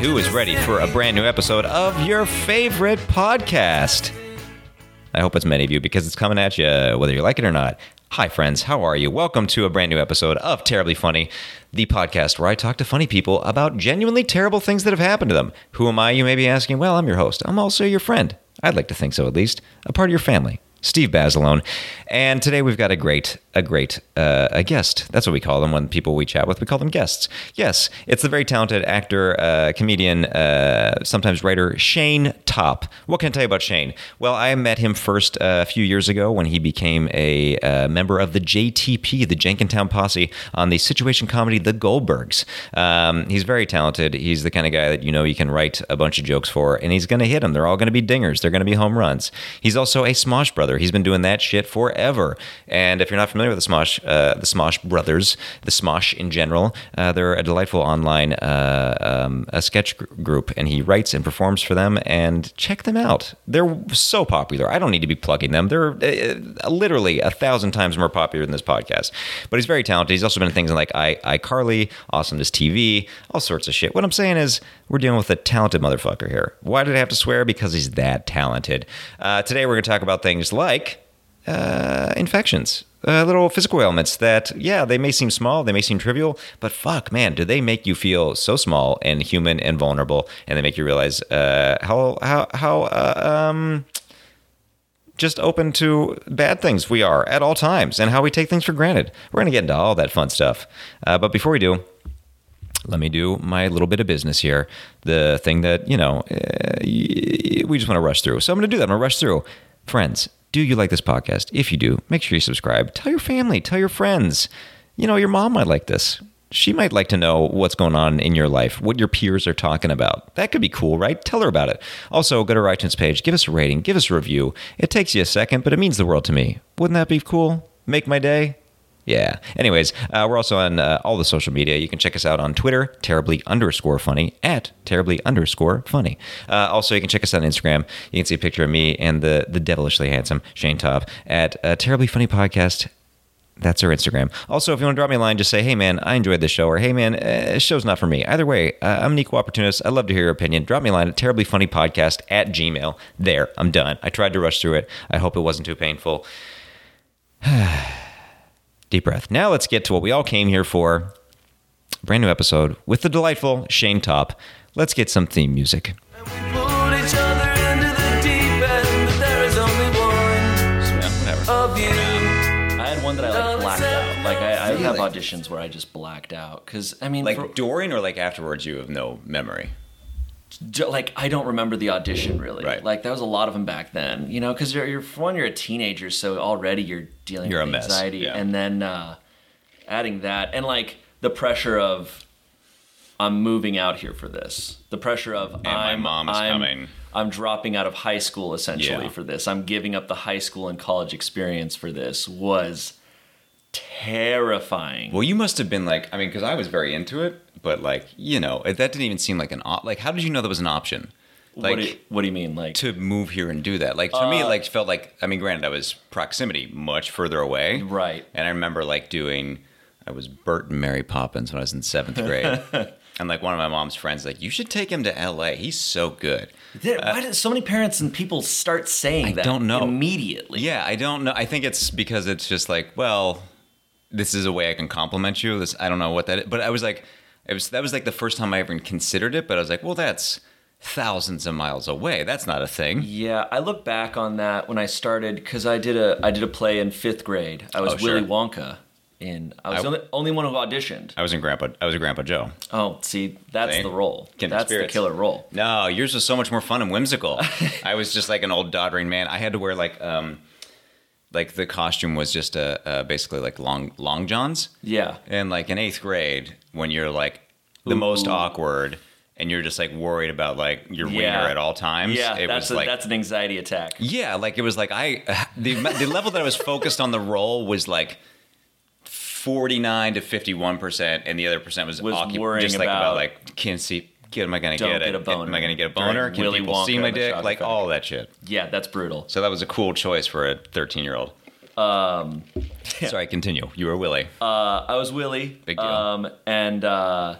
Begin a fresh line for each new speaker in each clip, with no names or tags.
who is ready for a brand new episode of your favorite podcast. I hope it's many of you because it's coming at you whether you like it or not. Hi, friends. How are you? Welcome to a brand new episode of Terribly Funny, the podcast where I talk to funny people about genuinely terrible things that have happened to them. Who am I, you may be asking? Well, I'm your host. I'm also your friend. I'd like to think so, at least. A part of your family. Steve Bazelone. And today we've got a great, a great, uh, a guest. That's what we call them when people we chat with. We call them guests. Yes, it's the very talented actor, uh, comedian, uh, sometimes writer, Shane Top. What can I tell you about Shane? Well, I met him first uh, a few years ago when he became a uh, member of the JTP, the Jenkintown Posse, on the situation comedy The Goldbergs. Um, he's very talented. He's the kind of guy that you know you can write a bunch of jokes for, and he's going to hit them. They're all going to be dingers. They're going to be home runs. He's also a Smosh brother. He's been doing that shit forever. And if you're not familiar with the Smosh, uh, the Smosh brothers, the Smosh in general, uh, they're a delightful online uh, um, a sketch gr- group, and he writes and performs for them. And check them out. They're so popular. I don't need to be plugging them. They're uh, literally a thousand times more popular than this podcast. But he's very talented. He's also been in things like I iCarly, Awesomeness TV, all sorts of shit. What I'm saying is, we're dealing with a talented motherfucker here. Why did I have to swear? Because he's that talented. Uh, today, we're going to talk about things like uh, infections. Uh, little physical ailments that, yeah, they may seem small, they may seem trivial, but fuck, man, do they make you feel so small and human and vulnerable, and they make you realize uh, how how how uh, um, just open to bad things we are at all times, and how we take things for granted. We're gonna get into all that fun stuff, uh, but before we do, let me do my little bit of business here. The thing that, you know, eh, we just want to rush through. So I'm going to do that. I'm going to rush through. Friends, do you like this podcast? If you do, make sure you subscribe. Tell your family, tell your friends. You know, your mom might like this. She might like to know what's going on in your life, what your peers are talking about. That could be cool, right? Tell her about it. Also, go to our iTunes page, give us a rating, give us a review. It takes you a second, but it means the world to me. Wouldn't that be cool? Make my day. Yeah. Anyways, uh, we're also on uh, all the social media. You can check us out on Twitter, terribly underscore funny, at terribly underscore funny. Uh, also, you can check us out on Instagram. You can see a picture of me and the, the devilishly handsome Shane Top at uh, terribly funny podcast. That's our Instagram. Also, if you want to drop me a line, just say, hey, man, I enjoyed this show, or hey, man, uh, this show's not for me. Either way, uh, I'm an equal opportunist. I'd love to hear your opinion. Drop me a line at terriblyfunnypodcast at gmail. There, I'm done. I tried to rush through it. I hope it wasn't too painful. Deep breath. Now let's get to what we all came here for. Brand new episode with the delightful Shane Top. Let's get some theme music.
Pulled each other into the deep end, but there is only one
whatever.
of you.
I had one that I like blacked out. Like I, I have
Really?
auditions where I just blacked out because I mean, for-
Like during or like afterwards, you have no memory.
j- like I don't remember the audition really.
Right.
Like there was a lot of them back then, you know, because you're, you're for one, you're a teenager, so already you're dealing
You're
with
a mess,
anxiety,
yeah.
and then uh, adding that and like the pressure of I'm moving out here for this. The pressure of and
my
I'm,
mom is
I'm-
coming.
I'm dropping out of high school essentially
Yeah.
for this. I'm giving up the high school and college experience for this was terrifying.
Well, you must have been like, I mean, because I was very into it, but like, you know, it- that didn't even seem like an op- like. How did you know that was an option? Like
what, do you, what do you mean? Like
to move here and do that. Like to me, it, like felt like I mean, granted, I was proximity much further away,
Right.
And I remember like doing, I was Bert and Mary Poppins when I was in seventh grade, and like one of my mom's friends, like you should take him to L.A. He's so good.
there, why did so many parents and people start saying
I
that?
don't know.
immediately.
Yeah, I don't know. I think it's because it's just like, well, this is a way I can compliment you. This I don't know what that is. But I was like, it was that was like the first time I ever considered it. But I was like, well, that's thousands of miles away. That's not a thing.
Yeah, I look back on that when I started because I did a I did a play in fifth grade. I was
Oh, sure.
Willy Wonka, and I was
I-
the only, only one who auditioned.
I was in Grandpa. I was a Grandpa Joe.
Oh, see, that's
See?
the role.
Kindred
that's
spirits.
the killer role.
No, yours was so much more fun and whimsical. I was just like an old doddering man. I had to wear like um like the costume was just uh, uh, basically like long long johns.
Yeah,
And like in eighth grade, when you're like the
Ooh.
most awkward and you're just like worried about like your
Yeah.
wiener at all times.
yeah,
it
that's
was
a,
like
that's an anxiety attack.
yeah, like it was like I the the level that I was focused on the role was like. 49 to 51 percent and the other percent was,
Was
occup-
worrying
just like about,
about-
like can see get am I gonna
Don't
get,
get
it
a boner.
am I gonna get a
During
boner can
Willy
people
Wonka
see
and
my
the
dick
Chocolate
like
Factory.
all that shit
Yeah, that's brutal.
so that was a cool choice for a 13 year old um sorry continue you were Willie
I was Willy.
Big deal.
Um, and um,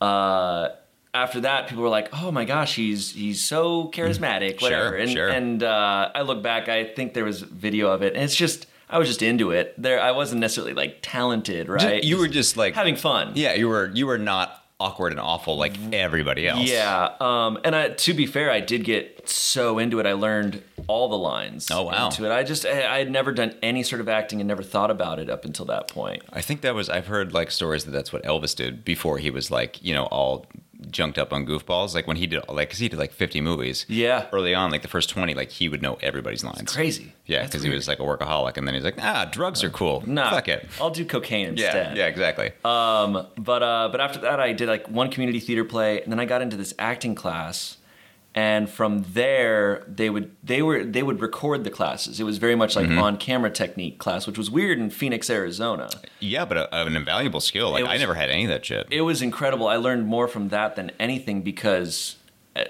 uh, uh, after that, people were like, "Oh my gosh, he's he's so charismatic, whatever." and
Mm, sure.
and uh, I look back, I think there was video of it, and it's just I was just into it. There, I wasn't necessarily like talented, right?
you were just like
having fun.
Yeah, you were you were not awkward and awful like everybody else.
Yeah, um, and I, to be fair, I did get so into it. I learned all the lines.
Oh, wow.
Into it, I just I, I had never done any sort of acting and never thought about it up until that point.
I think that was I've heard like stories that that's what Elvis did before he was like you know all junked up on goofballs. Like when he did like because he did like fifty movies.
Yeah.
Early on, like the first twenty, like he would know everybody's lines.
Crazy.
Yeah,
That's
because he
weird.
was like a workaholic, and then he's like, ah, drugs are cool.
Nah,
fuck it.
I'll do cocaine
Yeah,
instead.
yeah, exactly.
Um, but uh, but after that, I did like one community theater play, and then I got into this acting class, and from there they would they were they would record the classes. It was very much like on camera technique class, which was weird in Phoenix, Arizona.
yeah, but a, an invaluable skill. Like
It
I
was-
never had any of that shit.
It was incredible. I learned more from that than anything because uh,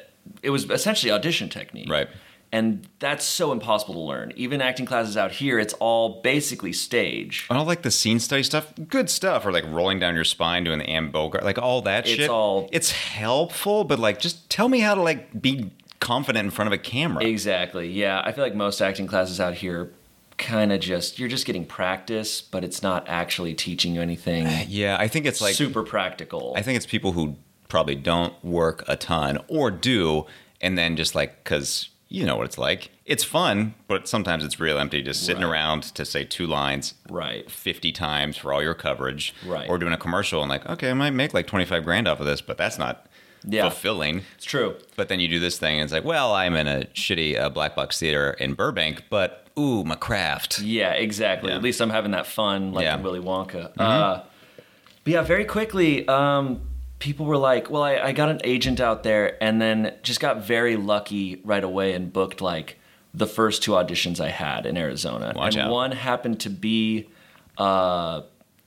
it was essentially audition technique,
Right.
And that's so impossible to learn. Even acting classes out here, it's all basically stage.
And all like the scene study stuff, good stuff, or like rolling down your spine doing the Am Bogart, like all that
It's
shit.
all-
it's helpful, but like just tell me how to like be confident in front of a camera.
Exactly. Yeah, I feel like most acting classes out here kind of just you're just getting practice, but it's not actually teaching you anything
Yeah, I think it's like
super practical.
I think it's people who probably don't work a ton or do, and then just like because you know what it's like. It's fun, but sometimes it's real empty, just sitting
Right.
around to say two lines
right.
50 times for all your coverage
Right.
or doing a commercial and like okay i might make like 25 grand off of this but that's not
Yeah.
fulfilling
It's true.
But then you do this thing, and it's like, well, I'm in a shitty uh, black box theater in Burbank, but ooh, my craft.
Yeah, exactly.
Yeah.
At least I'm having that fun like
Yeah. Mm-hmm.
in Willy Wonka. Uh, but yeah, very quickly, um, people were like, well, I, I got an agent out there and then just got very lucky right away and booked like the first two auditions I had in Arizona.
Watch
and
out.
one happened to be uh,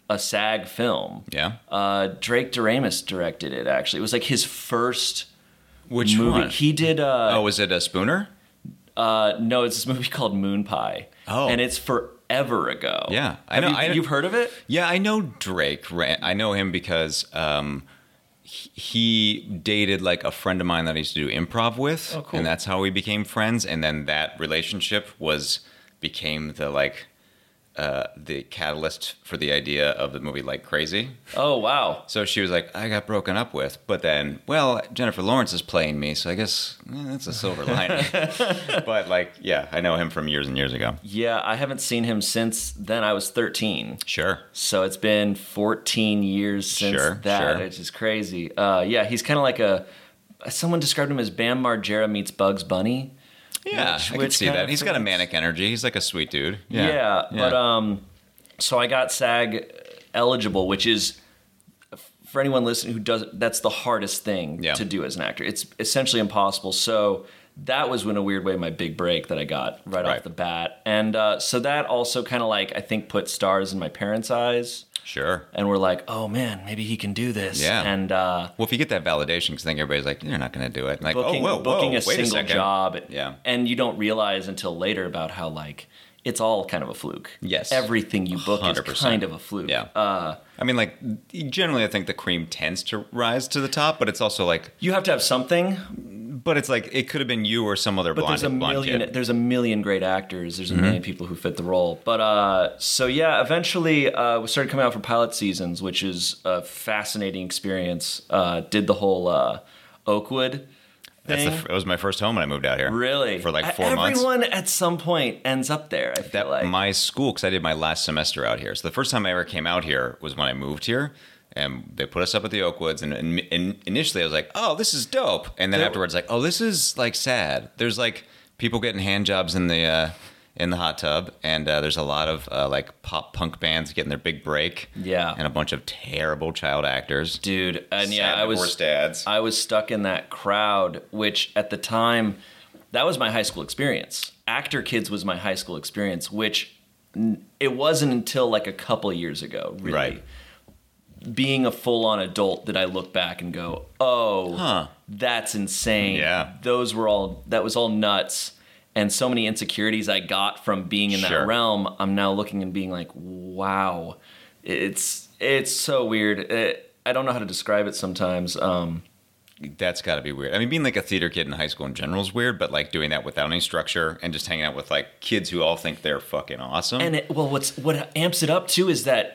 a SAG film.
Yeah.
Uh, Drake Doremus directed it actually. It was like his first
Which
movie.
one?
He did uh,
oh, was it a Spooner?
uh, no, it's this movie called Moon Pie.
Oh.
And it's forever ago.
Yeah, I
Have
know-
You,
I-
you've heard of it?
Yeah, I know Drake. Ra- I know him because um, he- he dated like a friend of mine that I used to do improv with,
Oh, cool.
and that's how we became friends. And then that relationship was became the like uh, the catalyst for the idea of the movie Like Crazy.
Oh, wow.
So she was like, I got broken up with, but then, well, Jennifer Lawrence is playing me, so I guess eh, that's a silver lining. but like, yeah, I know him from years and years ago.
Yeah, I haven't seen him since then. I was 13.
Sure.
So it's been 14 years since
Sure,
that,
sure.
which is crazy. Uh, yeah, he's kind of like a. Someone described him as Bam Margera meets Bugs Bunny.
Yeah,
Which-
I could
which
see
kind
that.
of
He's got a
fits.
manic energy. He's like a sweet dude. uh,
Yeah, but um, so I got SAG eligible, which is for anyone listening who does that's the hardest thing
Yeah.
to do as an actor. It's essentially impossible. So that was in a weird way my big break that I got right,
Right.
off the bat, and uh, so that also kind of like I think put stars in my parents' eyes,
sure.
and we're like, oh man, maybe he can do this.
Yeah.
and uh,
Well, if you get that validation, because then everybody's like, you're not going to do it. Like,
booking,
oh, whoa,
booking
whoa,
a
wait
single
a second.
job.
Yeah.
And you don't realize until later about how like it's all kind of a fluke.
Yes.
Everything you book is
100%.
kind of a fluke.
Yeah.
Uh,
I mean, like, generally, I think the cream tends to rise to the top, but it's also like,
you have to have something,
but it's like, it could have been you or some other
but
blonde,
there's a
blonde
million
kid.
there's a million great actors.
Mm-hmm.
There's a million people who fit the role. But uh, so yeah, eventually uh, we started coming out for pilot seasons, which is a fascinating experience. Uh, did the whole uh, Oakwood.
That's the,
thing.
f- that was my first home when I moved out here.
Really?
For like
E-
four months.
Everyone at some point ends up there, I feel
that
like.
my school because I did my last semester out here. So the first time I ever came out here was when I moved here, and they put us up at the Oakwoods. And, and, and initially, I was like, "Oh, this is dope," and then
There-
afterwards, like, "Oh, this is like sad." There's like people getting hand jobs in the uh, in the hot tub, and uh, there's a lot of uh, like pop punk bands getting their big break.
Yeah.
and a bunch of terrible child actors.
dude and yeah
Sad
i was
divorced dads.
i was stuck in that crowd which at the time that was my high school experience actor kids was my high school experience which n- it wasn't until like a couple years ago really
Right.
being a full-on adult that i look back and go oh
Huh.
that's insane
Yeah.
those were all that was all nuts and so many insecurities i got from being in
Sure.
that realm i'm now looking and being like wow it's it's so weird it, i don't know how to describe it sometimes um
That's got to be weird. I mean, being like a theater kid in high school in general is weird, but like doing that without any structure and just hanging out with like kids who all think they're fucking awesome.
And it, well, what's what amps it up too is that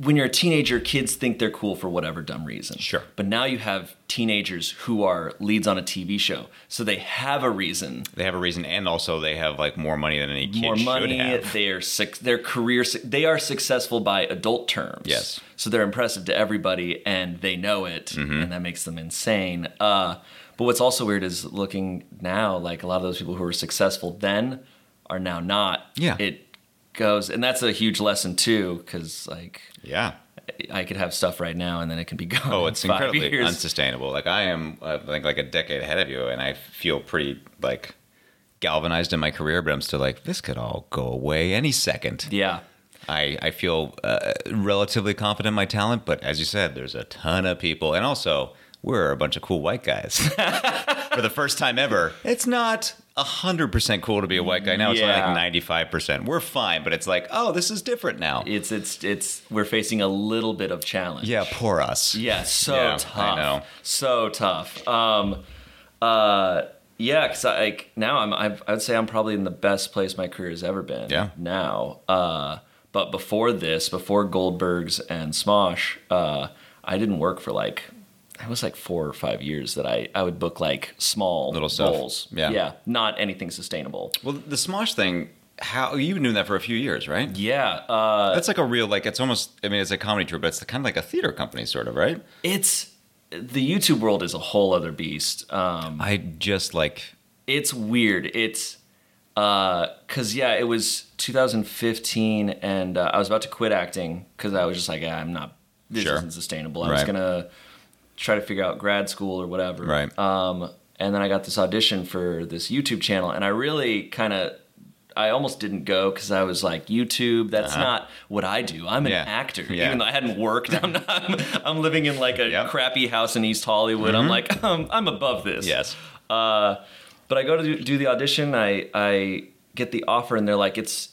when you're a teenager, kids think they're cool for whatever dumb reason.
Sure.
But now you have teenagers who are leads on a TV show, so they have a reason.
they have a reason, and also they have like more money than any kid
More
should
money,
have.
they are suc their career, suc- they are successful by adult terms.
Yes.
So they're impressive to everybody, and they know it,
Mm-hmm.
and that makes them insane. Uh, but what's also weird is looking now, like a lot of those people who were successful then are now not.
Yeah.
It goes, and that's a huge lesson too, because like.
Yeah.
I could have stuff right now and then it can be gone.
Oh,
in
it's
five
incredibly
years.
unsustainable. Like I am, uh, like like a decade ahead of you, and I feel pretty like galvanized in my career, but I'm still like this could all go away any second.
yeah.
I, I feel uh, relatively confident in my talent, but as you said, there's a ton of people. And also, we're a bunch of cool white guys. For the first time ever, it's not 100% cool to be a white guy. Now it's
Yeah.
like 95%. We're fine, but it's like, oh, this is different now.
It's it's it's we're facing a little bit of challenge.
Yeah, poor us.
Yeah, so
Yeah, I
tough.
know.
So tough. Um uh yeah, cuz I like now I'm I've, I'd say I'm probably in the best place my career has ever been.
Yeah.
Now. Uh but before this, before Goldberg's and Smosh, uh I didn't work for like it was like four or five years that I, I would book like small
Little stuff.
bowls.
Yeah.
Yeah. Not anything sustainable.
Well, the Smosh thing, how you've been doing that for a few years, right?
Yeah. Uh,
That's like a real, like, it's almost, I mean, it's a comedy troupe, but it's kind of like a theater company, sort of, right?
it's the YouTube world is a whole other beast. Um,
I just like,
it's weird. It's uh, cause yeah, it was 2015, and uh, I was about to quit acting because I was just like, ah, I'm not. This
Sure.
isn't sustainable. I was
Right.
gonna try to figure out grad school or whatever.
Right.
Um, and then I got this audition for this YouTube channel, and I really kind of. I almost didn't go because I was like, YouTube, that's
Uh-huh.
not what I do. I'm an
Yeah.
actor.
Yeah.
Even though I hadn't worked, I'm, not, I'm, I'm living in like a
Yep. Mm-hmm.
crappy house in East Hollywood. I'm like, um, I'm above this.
Yes.
Uh, but I go to do, do the audition. I I get the offer, and they're like, it's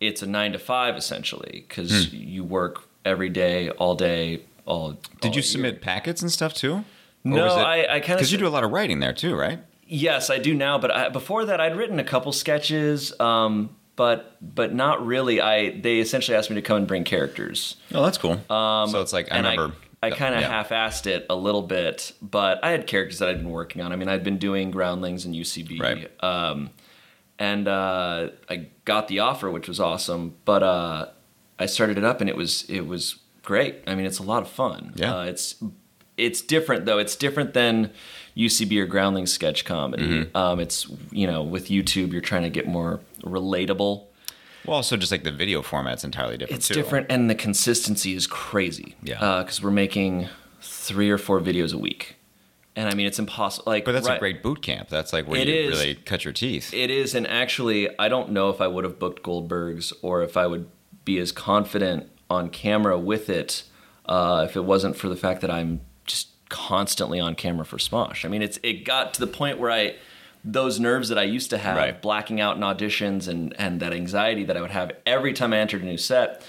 it's a nine to five essentially because
Hmm.
you work every day, all day, all. all
did you
year.
submit packets and stuff too?
No, I, I kind of
Because you do a lot of writing there too, right?
Yes, I do now. But I, before that, I'd written a couple sketches, um, but but not really. I they essentially asked me to come and bring characters.
Oh, that's cool. Um, so it's like I
and
remember.
I, kind of
yeah.
half-assed it a little bit, but I had characters that I'd been working on. I mean, I'd been doing Groundlings and UCB,
Right.
um, and uh, I got the offer, which was awesome. But uh, I started it up, and it was it was great. I mean, it's a lot of fun.
Yeah.
uh, it's it's different though. It's different than UCB or Groundlings sketch comedy.
Mm-hmm.
Um, it's you know, with YouTube, you're trying to get more relatable.
Well, also just like the video format's entirely different.
It's
too.
different, and the consistency is crazy.
Yeah.
Because we're making three or four videos a week, and I mean it's impossible. Like,
But that's
right-
a great boot camp. That's like where
It
you
is.
really cut your teeth.
It is, and actually, I don't know if I would have booked Goldberg's or if I would be as confident on camera with it uh, if it wasn't for the fact that I'm just constantly on camera for Smosh. I mean, it's it got to the point where I those nerves that I used to have,
Right.
blacking out in auditions, and and that anxiety that I would have every time I entered a new set.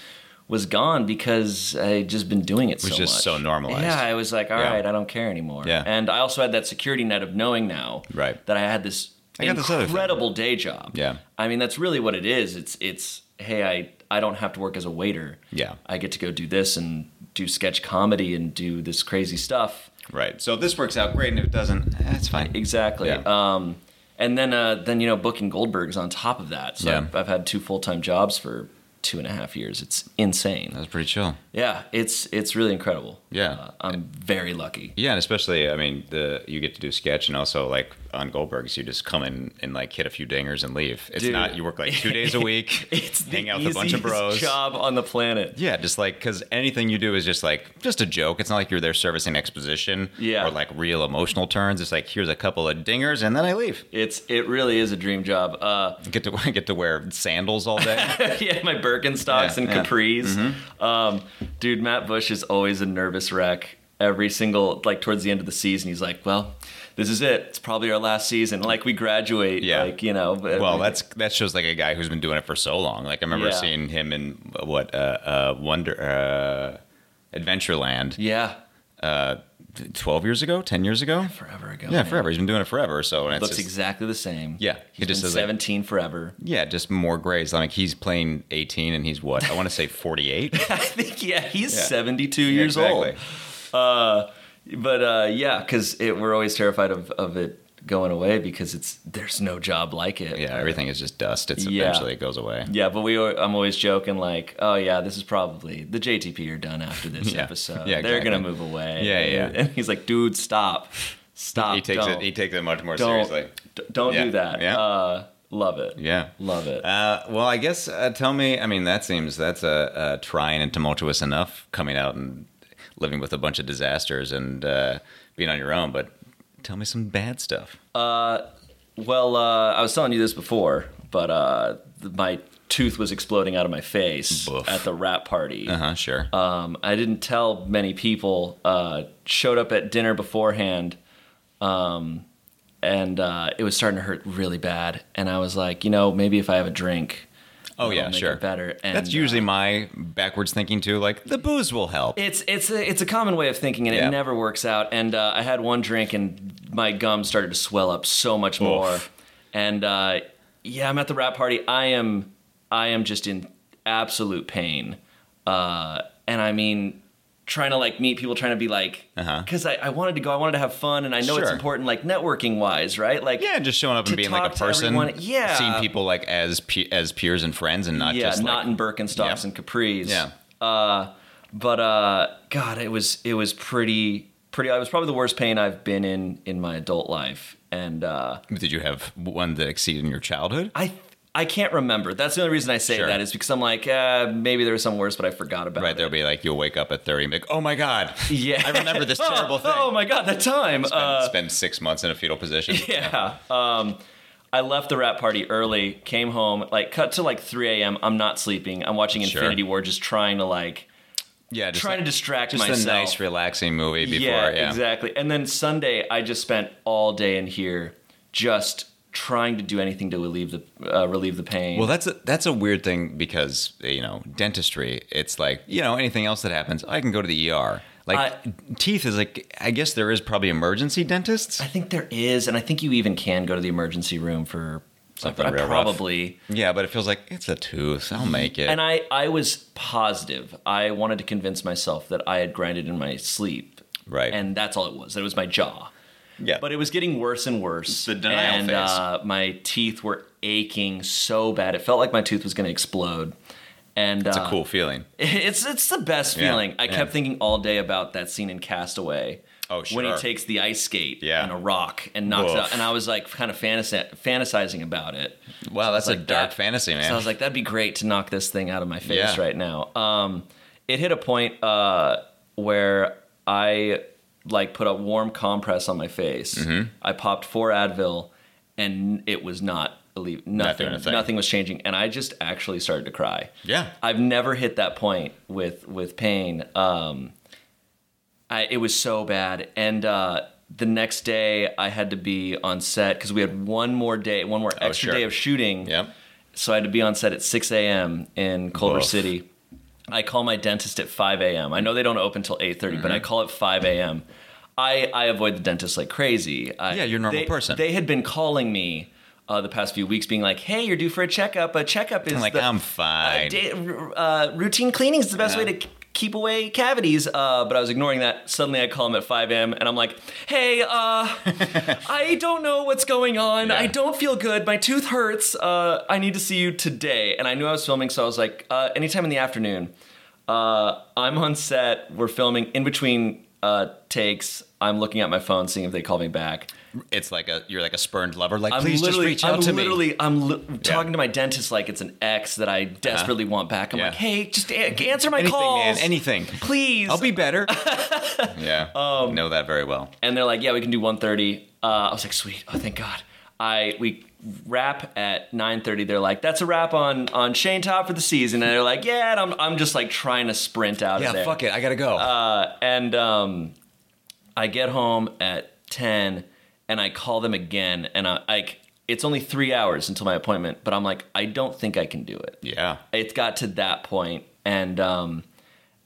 Was gone because I had just been doing it so
was just
much.
so normalized.
Yeah, I was like, all right,
Yeah.
I don't care anymore.
Yeah.
And I also had that security net of knowing now
Right.
that I had this
I got this other thing.
incredible day job.
Yeah.
I mean, that's really what it is. It's it's hey, I I don't have to work as a waiter.
Yeah.
I get to go do this and do sketch comedy and do this crazy stuff.
right. So if this works out great, and if it doesn't, eh, that's fine.
Exactly.
Yeah.
Um and then uh then you know booking Goldberg's on top of that. So
Yeah.
I've, I've had two full-time jobs for two and a half years. It's insane.
That's pretty chill.
Yeah, it's it's really incredible.
Yeah.
Uh, I'm very lucky.
Yeah, and especially I mean, the you get to do sketch, and also like on Goldberg's, you just come in and like hit a few dingers and leave. It's
Dude.
not you work like two days a week.
It's the
hang out with a bunch of
easiest
bros.
job on the planet.
Yeah, just like because anything you do is just like just a joke. It's not like you're there servicing exposition
Yeah.
or like real emotional turns. It's like here's a couple of dingers and then I leave.
It's it really is a dream job. Uh,
Get to get to wear sandals all day.
yeah, my Birkenstocks
Yeah, Mm-hmm.
and
yeah.
capris. Um, dude, Matt Bush is always a nervous wreck. Every single like towards the end of the season, he's like, "Well, this is it. It's probably our last season. Like we graduate.
Yeah.
Like you know." But,
well, that's that shows like a guy who's been doing it for so long. Like I remember
Yeah.
seeing him in uh, what uh, uh, Wonder uh, Adventureland.
yeah.
Uh, 12 years ago, 10 years ago.
forever ago.
Yeah,
man.
forever. He's been doing it forever. So and it's
Looks
just-
exactly the same.
Yeah,
he's
it just
been
says, like-
17 forever.
yeah, just more grays. Like he's playing 18 and he's what? I want to say 48.
I think yeah, he's
Yeah.
72
Yeah,
years
exactly.
old. Uh, but uh, yeah, because we're always terrified of, of it going away because it's there's no job like it.
Yeah, everything is just dust. It's
Yeah.
eventually it goes away.
Yeah, but we al- I'm always joking like, oh yeah, this is probably the JTP are done after this
Yeah.
episode.
Yeah,
They're gonna
exactly.
move away.
Yeah, yeah.
And he's like, dude, stop, stop.
He takes
don't.
it. He takes it much more
don't
seriously.
d- don't
Yeah.
do that.
Yeah.
Uh, love it.
Yeah.
love it.
Uh, well, I guess uh, tell me. I mean, that seems that's a, uh trying and tumultuous enough coming out and living with a bunch of disasters and uh, being on your own. But tell me some bad stuff.
Uh, Well, uh, I was telling you this before, but uh, th- my tooth was exploding out of my face
Boof.
at the rap party.
Uh huh. Sure.
Um, I didn't tell many people. Uh, showed up at dinner beforehand, um, and uh, it was starting to hurt really bad. And I was like, you know, maybe if I have a drink,
oh
it'll
yeah.
make
Sure.
it better. And, uh,
that's usually my backwards thinking too. Like the booze will help.
It's it's a it's a common way of thinking, and
Yeah.
it never works out. And uh, I had one drink, and my gum started to swell up so much more. And uh, yeah, I'm at the rap party. I am I am just in absolute pain. Uh, and I mean, trying to like meet people, trying to be like,
Uh-huh.
because I, I wanted to go, I wanted to have fun, and I know it's
Sure.
important, like networking wise, right? Like
yeah, just showing up and
to
being like
talk
a
to
person.
everyone- yeah.
Seeing people like as pe- as peers and friends and not
yeah,
just like,
not in Birkenstocks
Yeah.
and capris.
Yeah.
Uh, but uh, God, it was it was pretty pretty. It was probably the worst pain I've been in in my adult life, and uh,
Did you have one that exceeded in your childhood?
I I can't remember. That's the only reason I say
Sure.
that is because I'm like uh, maybe there was some worse, but I forgot about
Right,
it.
there'll be like you'll wake up at thirty and be like, oh my god,
Yeah,
I remember this
Oh,
terrible thing.
Oh my God, that time.
spend,
Uh,
spend six months in a fetal position.
yeah. Um, I left the rap party early, came home, like cut to like 3 a.m. I'm not sleeping. I'm watching
Sure.
Infinity War, just trying to like
yeah, just
trying to distract
just
myself.
a nice relaxing movie before.
yeah,
Yeah,
exactly. And then Sunday, I just spent all day in here just trying to do anything to relieve the uh, relieve the pain.
Well, that's a that's a weird thing because you know dentistry. It's like you know anything else that happens, I can go to the ER. Like
I-
teeth is like I guess there is probably emergency dentists.
I think there is, and I think you even can go to the emergency room for
Something
I
real rough.
probably.
Yeah, but it feels like it's a tooth. I'll make it.
And I, I was positive. I wanted to convince myself that I had grinded in my sleep.
Right.
And that's all it was. That it was my jaw.
yeah,
But it was getting worse and worse.
the denial
and,
phase.
Uh, my teeth were aching so bad. It felt like my tooth was going to explode. And uh,
it's a cool feeling.
It's it's the best
Yeah,
feeling. I
yeah.
kept thinking all day about that scene in Castaway.
Oh,
When he
sure.
takes the ice skate
Yeah.
and a rock and knocks it
Woof.
out, and I was like kind of fantasy- fantasizing about it.
Wow, that's a
like
dark
that.
fantasy, man.
So I was like, that'd be great to knock this thing out of my face
Yeah.
right now. Um, it hit a point uh, where I like put a warm compress on my face.
Mm-hmm.
I popped four Advil, and it was not. Nothing,
doing a
nothing,
thing.
nothing was changing, and I just actually started to cry.
yeah,
I've never hit that point with with pain. Um, I, it was so bad, and uh, the next day I had to be on set because we had one more day, one more extra
Oh, sure.
day of shooting.
Yep.
So I had to be on set at 6 a.m. in Culver
Woof.
City. I call my dentist at 5 a.m. I know they don't open till 8:30, but
Mm-hmm.
I call at 5 a.m. I, I avoid the dentist like crazy. I,
Yeah, you're a normal
they-
person.
They had been calling me uh, the past few weeks, being like, "Hey, you're due for a checkup. A checkup is
I'm like
the-
I'm
uh,
fine.
da- r- uh, routine cleaning is the best
Yeah.
way to k- keep away cavities. Uh, but I was ignoring that. Suddenly I call him at 5 a.m. and I'm like, hey, uh, I don't know what's going on.
Yeah.
I don't feel good. My tooth hurts. Uh, I need to see you today. And I knew I was filming, so I was like, uh, anytime in the afternoon. Uh, I'm on set. We're filming in between uh, takes. I'm looking at my phone, seeing if they call me back.
it's like a you're like a spurned lover. Like
I'm
please just
literally,
reach out
I'm
to me.
literally, I'm li- talking to my dentist like it's an ex that I desperately want back. I'm
Uh-huh. Yeah.
like, hey, just a- answer my
Anything,
calls,
man. Anything.
please.
I'll be better. yeah. Um, know that very well.
and they're like, yeah, we can do 1:30. Uh, I was like, sweet, oh thank God. I we wrap at 9:30. They're like, that's a wrap on on Shane Top for the season, and they're like, yeah. And I'm I'm just like trying to sprint out
Yeah,
of there.
fuck it. I gotta go.
Uh, and um, I get home at 10 and I call them again. And I, I, it's only three hours until my appointment, but I'm like, I don't think I can do it.
yeah.
It's got to that point, And, um,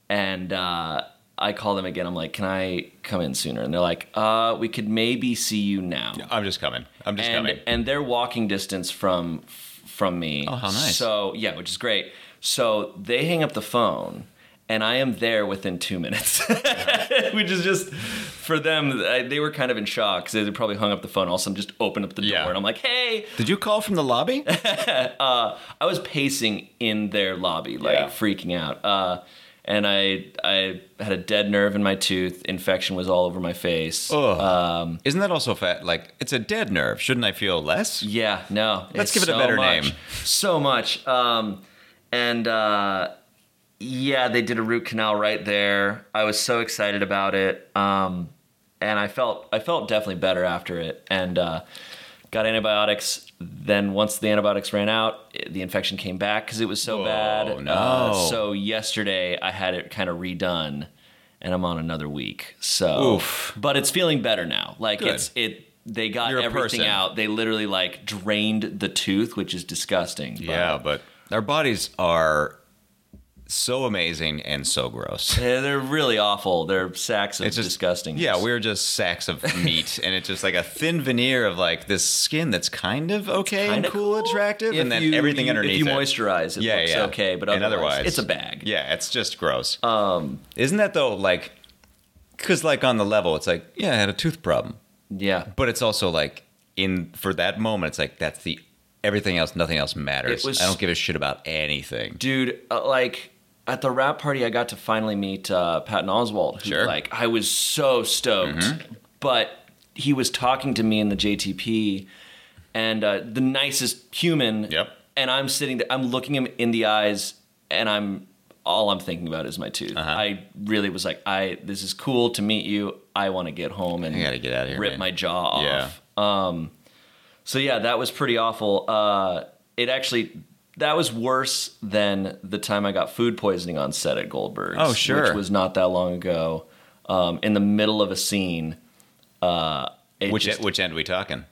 and uh, I call them again. I'm like, "Can I come in sooner?" And they're like, "Uh, we could maybe see you now."
I'm just coming. I'm just
and
coming.
and they're walking distance from from me.
Oh, how nice.
So yeah, which is great. So they hang up the phone, and I am there within two minutes, which is just for them. I, they were kind of in shock because they probably hung up the phone. Also, I'm just opened up the
Yeah.
door, and I'm like, "Hey!"
Did you call from the lobby?
I was pacing in their lobby, like
Yeah.
freaking out. Uh, and I I had a dead nerve in my tooth. Infection was all over my face.
Ugh. Isn't that also fat? Like it's a dead nerve. Shouldn't I feel less?
Yeah, no.
Let's
it's
give it a
so
better
much,
name.
So much. Um, and uh, yeah, they did a root canal right there. I was so excited about it. Um, and I felt I felt definitely better after it. And uh, got antibiotics. Then once the antibiotics ran out, it- the infection came back because it was so
Whoa,
bad. Uh,
no.
so yesterday I had it kind of redone, and I'm on another week. So,
Oof.
but it's feeling better now. Like
Good.
it's it. They got
You're a
everything
person.
out. uh, They literally like drained the tooth, which is disgusting. but-
Yeah, but our bodies are so amazing and so gross.
Eh, they're really awful. They're sacks of
It's just
disgusting.
Yeah, we're just sacks of meat, and it's just like a thin veneer of like this skin that's kind of okay
Kinda
and cool, attractive,
If
and then
you-
everything
you-
underneath
If you
it.
moisturize, it
yeah,
looks
yeah.
okay, but
And
otherwise,
otherwise,
it's a bag.
Yeah, it's just gross. Um, isn't that though? Like, because like on the level, it's like yeah, I had a tooth problem,
yeah.
but it's also like in for that moment, it's like that's the everything else, nothing else matters.
It was-
I don't give a shit about anything.
dude uh, like at the rap party i got to finally meet uh, patton oswald who
Sure. Mm-hmm.
like i was so stoked but he was talking to me in the jtp and uh, the nicest human
Yep.
and i'm sitting there i'm looking him in the eyes and i'm all i'm thinking about is my tooth
Uh-huh.
i really was like i this is cool to meet you i want to get home and
I gotta get out of here,
rip
man.
my jaw off
Yeah.
Um, so yeah, that was pretty awful. Uh, it actually that was worse than the time I got food poisoning on set at Goldberg's.
Oh, sure.
which was not that long ago. Um, in the middle of a scene, uh, it
Which e-,
just-
which end are we talking?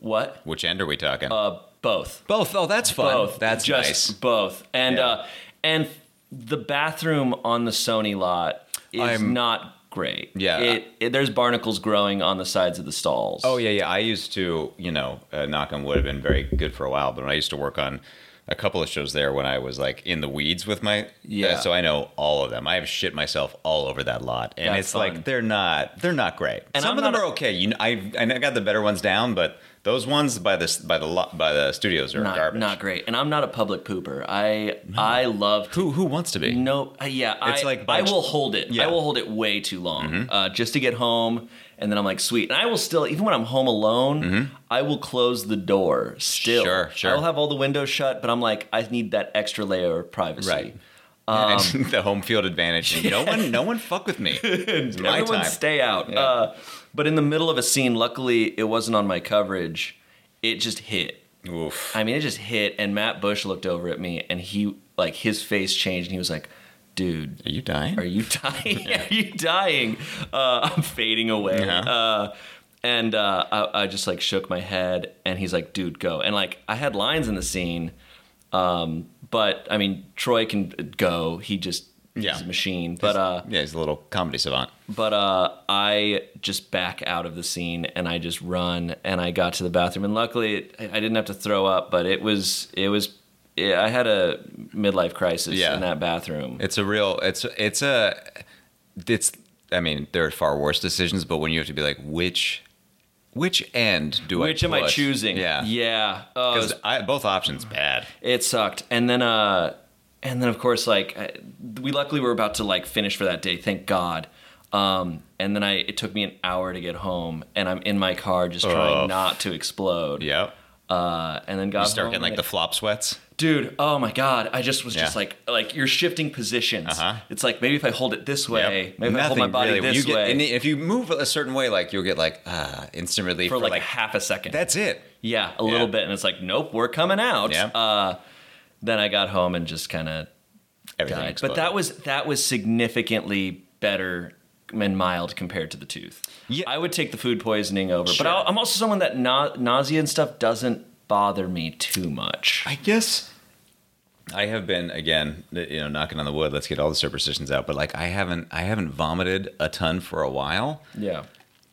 what
Which end are we talking?
uh, both
both. Oh, that's fun.
both
That's
just
nice.
both and
Yeah.
uh, and the bathroom on the Sony lot is
I'm-
not great.
Yeah.
it, it, there's barnacles growing on the sides of the stalls.
Oh yeah, yeah. I used to, you know, uh, knock on wood, have been very good for a while. But when I used to work on a couple of shows there, when I was like in the weeds with my, uh,
Yeah.
so I know all of them. I have shit myself all over that lot, and
That's
it's
fun.
like they're not, they're not great.
And
Some
I'm
of them
not
are
a-
okay. You, know, I, I got the better ones down, but those ones by the by the lot by the studios are
not
garbage.
not great. And I'm not a public pooper. I I love to
who who wants to be?
No, uh, yeah,
It's
I,
like by-
I will hold it. I
Yeah. Mm-hmm.
will hold it way too long uh, just to get home, and then I'm like, sweet. And I will still, even when I'm home alone, I will close the door. Still,
Mm-hmm. Sure, sure.
I will have all the windows shut, but I'm like, I need that extra layer of privacy.
Right.
Um,
And the home field advantage. No one, no one fuck with me. It's my
Everyone
time.
stay out.
Yeah.
Uh, but in the middle of a scene, luckily it wasn't on my coverage. It just hit.
Oof.
I mean, it just hit, and Matt Bush looked over at me, and he like his face changed, and he was like, "Dude,
Are you dying?
Are you dying? Are you dying? Uh, I'm fading away.
Yeah.
Uh, and uh, I, I just like shook my head, and he's like, "Dude, go!" And like I had lines in the scene, um, but I mean, Troy can go. He just
Yeah.
he's a machine. But uh,
yeah, he's a little comedy savant.
but uh, I just back out of the scene and I just run and I got to the bathroom and luckily I I didn't have to throw up, but it was it was yeah, I had a midlife crisis
Yeah.
in that bathroom.
It's a real. It's it's a. It's. I mean, there are far worse decisions, but when you have to be like, which, which end do I?
Which am I
push?
choosing?
Yeah.
yeah. Oh, it was
Because I both options bad.
it sucked and then uh and then of course like I, we luckily were about to like finish for that day thank god um and then i it took me an hour to get home and i'm in my car just trying
Ugh.
not to explode
Yep.
uh and then got
You start
home
getting like
and
the flop sweats.
it- dude oh my god i just was just
Yeah.
like like you're shifting positions
Uh-huh.
it's like maybe if i hold it this way
Yep.
maybe if i hold my body
really-
this
you get,
way
and if you move a certain way, like you'll get like ah instant relief
for like, half a second
that's it.
Yeah, a little
Yeah.
bit, and it's like, nope, we're coming out.
Yeah.
Uh, then I got home and just kind of
Everything
died. But
exploded.
that was that was significantly better and mild compared to the tooth.
Yeah.
I would take the food poisoning over.
Sure.
But I'll, I'm also someone that na- nausea and stuff doesn't bother me too much.
I guess I have been again, you know, knocking on the wood. Let's get all the superstitions out. But like, I haven't, I haven't vomited a ton for a while.
Yeah.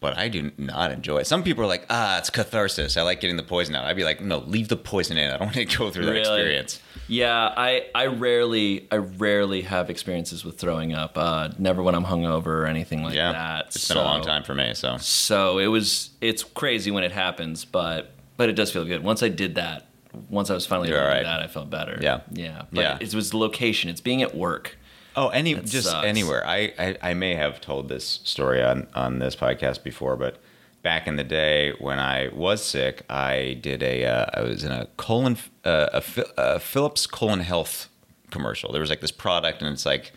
But I do not enjoy it. Some people are like, ah, it's catharsis. I like getting the poison out. I'd be like, no, leave the poison in. I don't want to go through that
Really?
experience.
Yeah, I, I rarely I rarely have experiences with throwing up. Uh, never when I'm hungover or anything like
Yeah,
that.
it's been a long
So-
time for me. So
So it was it's crazy when it happens, but but it does feel good. Once I did that, once I was finally
You're
able to do
alright.
that, I felt better.
Yeah.
yeah. But
Yeah.
It, was the location. It's being at work.
Oh, any
That
just
sucks.
anywhere. I, I I may have told this story on on this podcast before, but back in the day when I was sick, I did a uh, I was in a colon uh, a, Phil- a Philips colon health commercial. There was like this product, and it's like.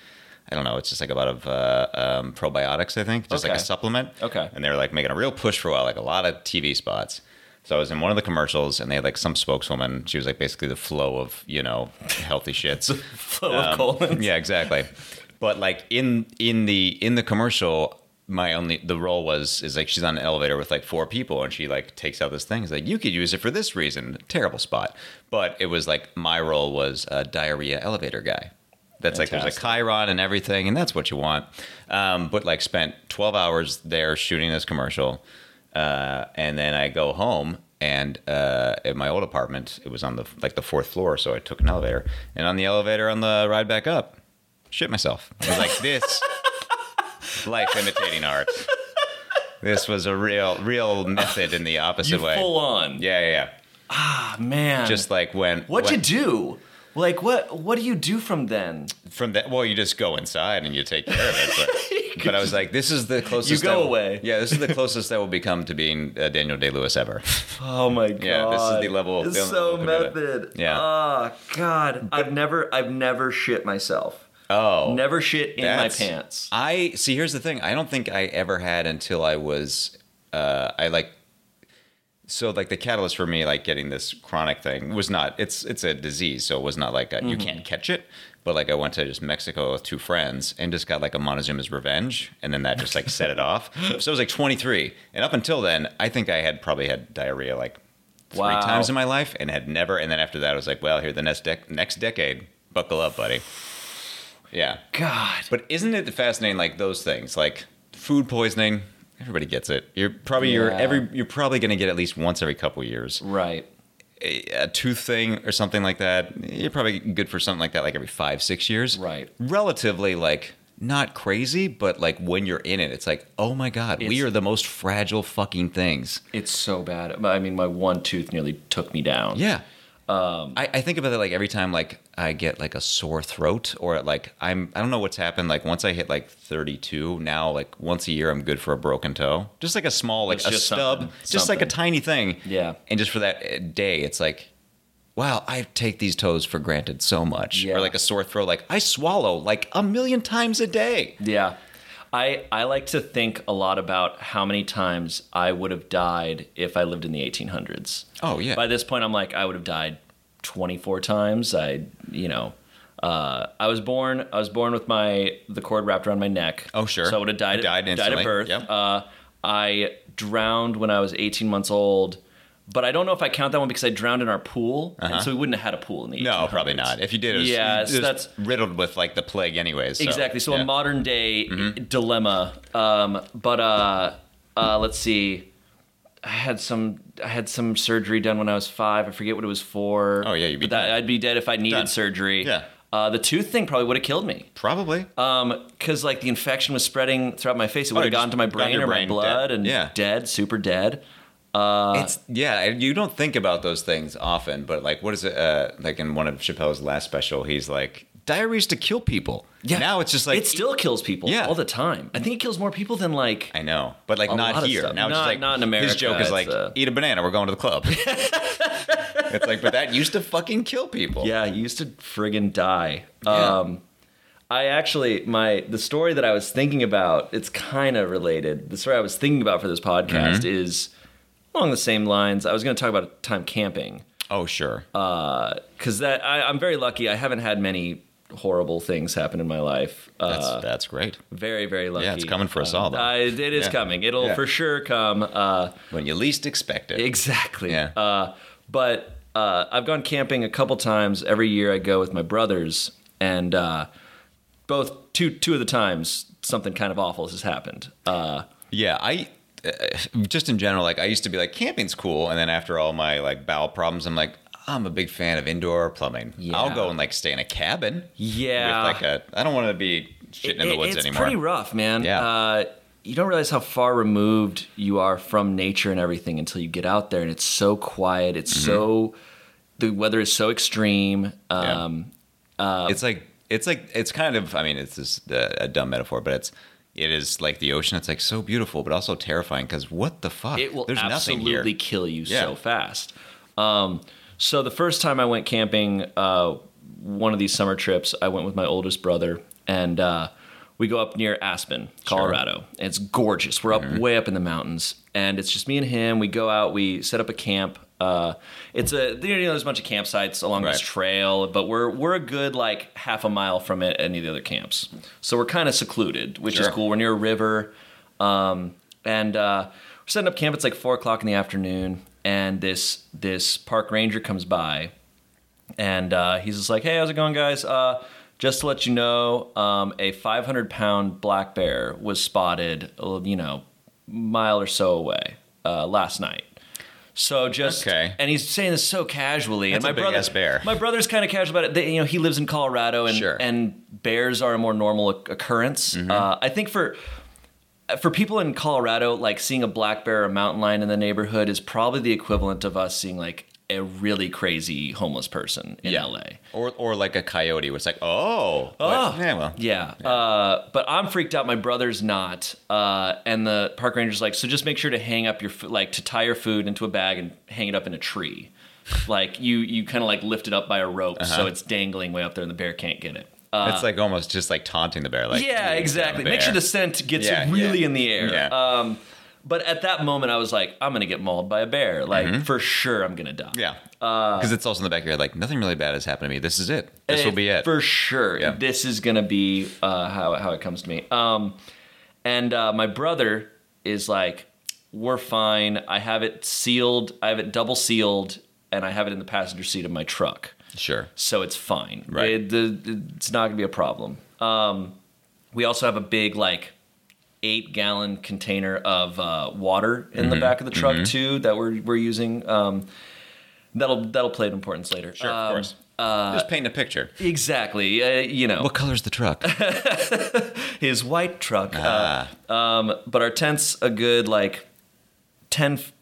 I don't know. It's just like about of uh, um, probiotics, I think, just like
Okay.
a supplement.
Okay.
And they were like making a real push for a while, like a lot of TV spots. So I was in one of the commercials, and they had like some spokeswoman. She was like basically the flow of you know healthy shits.
Flow
Um,
of colon.
Yeah, exactly. But like in in the in the commercial, my only the role was is like she's on an elevator with like four people, and she like takes out this thing. It's like you could use it for this reason. Terrible spot, but it was like my role was a diarrhea elevator guy. That's like there's a
Fantastic.
Chiron and everything, and that's what you want. Um, but like spent 12 hours there shooting this commercial, uh, and then I go home and uh, at my old apartment, it was on the like the fourth floor, so I took an elevator, and on the elevator on the ride back up, shit myself. I was like this, life imitating art. This was a real real method in the opposite
You
way.
full on.
yeah, yeah, yeah.
Ah, man.
Just like when
what'd
when-
you do? Like what what do you do from then?
from that well you just go inside and you take care of it but, but i was like this is the closest
You go
I-
away.
yeah this is the closest that will become to being uh, daniel day-lewis ever
Oh my god.
Yeah, this is the level of
It's
feeling
so
that we're gonna-
method.
Yeah.
Oh god. I've never I've never shit myself.
oh
never shit in my
that's-
pants.
i see here's the thing i don't think i ever had until i was uh, i like so like the catalyst for me like getting this chronic thing was not it's it's a disease so it was not like a, you can't catch it but like i went to just mexico with two friends and just got like a montezuma's revenge and then that just like set it off so i was like 23 and up until then i think i had probably had diarrhea like three
Wow.
times in my life and had never and then after that i was like well here the next dec- next decade buckle up buddy yeah
God.
but isn't it fascinating? Like those things, like food poisoning. Everybody gets it. You're probably you're
Yeah.
every you're probably going to get at least once every couple years.
Right.
A, a tooth thing or something like that. You're probably good for something like that, like every five six years.
Right.
Relatively like not crazy, but like when you're in it, it's like oh my god, we
It's-
are the most fragile fucking things.
It's so bad. I mean, my one tooth nearly took me down.
Yeah. Um, I, I think about that like every time like I get like a sore throat or like I'm I don't know what's happened like once I hit like 32 now like once a year I'm good for a broken toe just like a small like
It's
a
just
stub
something,
just like a
something.
tiny thing
Yeah.
and just for that uh, day it's like wow I take these toes for granted so much
Yeah.
or like a sore throat like I swallow like a million times a day
Yeah. I, I like to think a lot about how many times I would have died if I lived in the 1800s.
oh yeah
By this point, I'm like, I would have died 24 times. I, you know, uh, I was born. I was born with my the cord wrapped around my neck.
Oh, sure.
So I would have died.
Died
Died, died
instantly.
at birth.
Yep.
Uh, I drowned when I was 18 months old, but I don't know if I count that one because I drowned in our pool, and so we wouldn't have had a pool in the.
Uh-huh. no
1800s.
probably not if you did it was,
Yeah,
it
so
was
that's-
riddled with like the plague anyways so,
Exactly. So
yeah. Mm-hmm.
a modern day dilemma. Um, but uh, uh, let's see. I had some. I had some surgery done when I was five. I forget what it was for.
Oh, yeah, you'd be
But that,
done.
I'd be dead if I needed
Done.
surgery.
Yeah.
Uh, the tooth thing probably would have killed me.
probably
Um, cause like the infection was spreading throughout my face. It would
Oh, it
have gotten
just
to my
got
brain
your
or
brain
my blood
dead.
and
Yeah.
dead, super dead. Uh,
it's yeah you don't think about those things often but like what is it uh like in one of chappelle's last special he's like diaries to kill people yeah now it's just like
it still kills people
Yeah.
all the time. I think it kills more people than like
i know but like
A lot
not
of
here
stuff.
now it's just
Not-
like
not in America,
his joke is
it's,
like
uh,
eat a banana we're going to the club it's like but that used to fucking kill people
Yeah, you used to friggin' die.
Yeah.
Um, I actually, my the story that I was thinking about, it's kind of related. The story I was thinking about for this podcast
Mm-hmm.
is along the same lines. I was going to talk about time camping
oh sure
Uh, because that I, I'm very lucky. I haven't had many horrible things happen in my life.
that's
Uh,
that's great
very, very lucky.
Yeah, it's coming for us all, though.
Uh, it it is
Yeah.
coming. It'll
Yeah.
for sure come. Uh,
when you least expect it
Exactly.
Yeah.
Uh, but uh, uh, I've gone camping a couple times. Every year I go with my brothers, and uh, both two two of the times something kind of awful has happened. Uh,
Yeah, I uh, just in general, like I used to be like camping's cool, and then after all my like bowel problems, I'm like I'm a big fan of indoor plumbing. I'll
Yeah.
go and like stay in a cabin.
Yeah.
with like a I don't want to be shitting in the
It-
woods
it's
anymore.
pretty rough, man.
Yeah.
Uh, you don't realize how far removed you are from nature and everything until you get out there, and it's so quiet. It's
Mm-hmm.
so the weather is so extreme.
Yeah.
Um,
it's like it's like it's kind of I mean it's just a, a dumb metaphor, but it's it is like the ocean. It's like so beautiful, but also terrifying because what the fuck?
It will
There's nothing
absolutely
here.
kill you
Yeah.
so fast. Um, so the first time I went camping, uh, one of these summer trips, I went with my oldest brother, and uh, we go up near Aspen, Colorado. And It's gorgeous. We're up way up in the mountains, and it's just me and him. We go out, we set up a camp. Uh, it's a you know there's a bunch of campsites along this
Right.
trail, but we're we're a good like half a mile from it, any of the other camps. So we're kind of secluded, which is
Sure.
cool. We're near a river. Um, and uh, we're setting up camp. It's like four o'clock in the afternoon, and this this park ranger comes by, and uh, he's just like, "Hey, how's it going, guys? Uh, just to let you know, um, a 500 pound black bear was spotted, uh, you know, mile or so away uh, last night." So just
Okay.
and he's saying this so casually,
That's
and my
a big
brother,
ass bear.
my brother's kind of casual about it. They, you know, he lives in Colorado, and
Sure. Mm-hmm.
and bears are a more normal oc- occurrence. Uh, I think for for people in Colorado, like seeing a black bear or a mountain lion in the neighborhood is probably the equivalent of us seeing like a really crazy homeless person in LA.
or or like a coyote. It's like oh, what?
Oh.
yeah, well,
Yeah. Uh, but I'm freaked out. My brother's not. Uh, and the park ranger's like, so just make sure to hang up your, fo- like, to tie your food into a bag and hang it up in a tree. like, you, you kind of like lift it up by a rope so it's dangling way up there and the bear can't get it. Uh,
it's like almost just like taunting the bear. Like
yeah,
"Hey,
exactly.
damn
Make sure
bear."
the scent gets
Yeah, yeah.
really in the air.
Yeah.
Um, but at that moment, I was like, I'm going to get mauled by a bear. Like, for sure, I'm going to die.
Mm-hmm. Yeah.
Uh,
Because it's also in the back of your head, like, nothing really bad has happened to me. This is it. This will be it.
for sure.
Yeah.
This is gonna be uh, how how it comes to me. Um, and uh, my brother is like, "We're fine. I have it sealed. I have it double sealed, and I have it in the passenger seat of my truck,
sure.
so it's fine.
Right.
It- the- it's not gonna be a problem." Um, we also have a big like eight gallon container of uh, water in the
Mm-hmm.
back of the truck too that we're we're using. Um, that'll that'll play an importance later.
Sure,
Um,
of course. Just paint a picture.
Exactly. Uh, you know,
What color's the truck?
his white truck. Uh,
ah,
but our tent's a good like ten, f-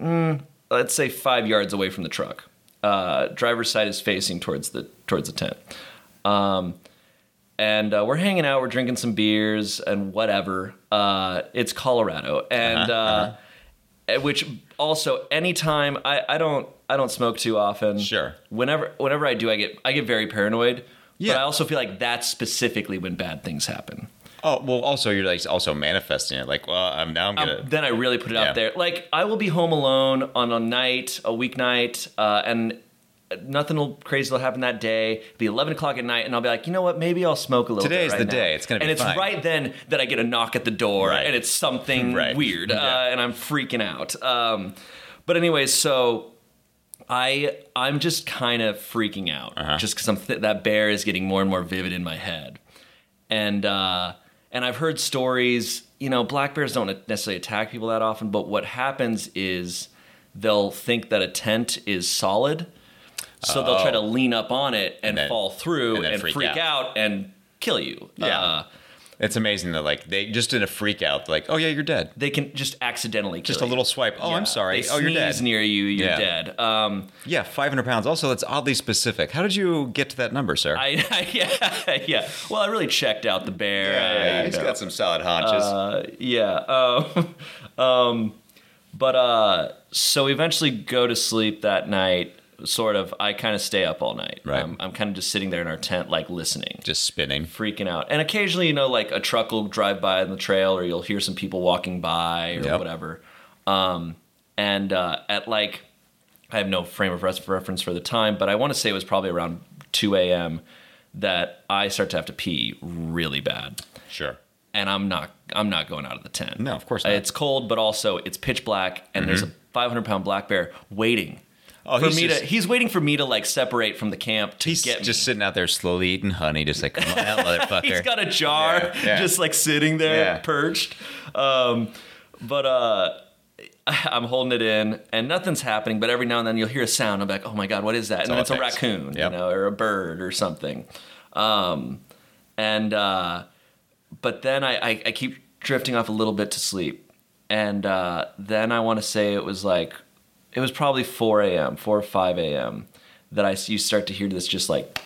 mm, let's say five yards away from the truck. Uh, driver's side is facing towards the towards the tent. Um, and uh, we're hanging out. We're drinking some beers and whatever. Uh, it's Colorado, and uh
Uh-huh,
and which also anytime I, I don't I don't smoke too often.
Sure.
Whenever whenever I do, I get I get very paranoid. But
Yeah.
I also feel like that's specifically when bad things happen.
oh, well, also, you're like also manifesting it. Like, well, I'm now I'm
Um,
going to.
then I really put it
Yeah.
out there. Like I will be home alone on a night, a weeknight, uh, and nothing will crazy will happen that day. It'll be eleven o'clock at night, and I'll be like, you know what? Maybe I'll smoke a little.
Today's
bit
the
right
day.
now."
It's gonna be
And
fine.
it's right then that I get a knock at the door,
Right.
and it's something
Right.
weird,
Yeah.
uh, and I'm freaking out. Um, but anyways, so I I'm just kind of freaking out just
Uh-huh.
just because I'm th- that bear is getting more and more vivid in my head, and uh, and I've heard stories. You know, black bears don't necessarily attack people that often, but what happens is they'll think that a tent is solid, so they'll try to lean up on it and,
then-
fall through
Oh. and
and,
then freak
freak, out. and kill you.
Yeah.
Uh,
it's amazing that, like, they just did a freak out. Like, oh, yeah, you're dead.
they can just accidentally kill
Just a
you.
little swipe. Oh,
Yeah.
I'm sorry.
They
Oh, you're
sneeze
dead.
near you, you're
Yeah.
dead. Um,
yeah, 500 pounds. Also, that's oddly specific. How did you get to that number, sir?
I, yeah, yeah. Well, I really checked out the bear. I, you
he's
know.
got some solid haunches.
Uh, yeah. Um, um, but uh, so we eventually go to sleep that night. Sort of. I kind of stay up all night.
Right.
Um, I'm kind of just sitting there in our tent, like listening,
just spinning.
freaking out. And occasionally, you know, like a truck will drive by on the trail, or you'll hear some people walking by, or
Yep.
whatever. Um, and uh, at like, I have no frame of res- reference for the time, but I want to say it was probably around 2 a.m. that I start to have to pee really bad
Sure.
and I'm not I'm not going out of the tent.
No, of course not. Mm-hmm.
It's cold, but also it's pitch black, and there's a 500 pound black bear waiting
Oh,
for
he's
me
just-
to, he's waiting for me to like separate from the camp to
He's
get me.
just sitting out there slowly eating honey, just like, come on out, motherfucker.
He's got a jar
Yeah, yeah.
just like sitting there
Yeah.
perched. Um, but uh, I'm holding it in and nothing's happening. But every now and then you'll hear a sound. I'm like, oh my God, what is that? And then
That's
it's
all
a
it takes.
raccoon,
Yep.
you know, or a bird or something. Um, and uh, but then I, I, I keep drifting off a little bit to sleep. And uh, then I want to say it was like, it was probably 4 a.m., 4 or 5 a.m., that I, you start to hear this just like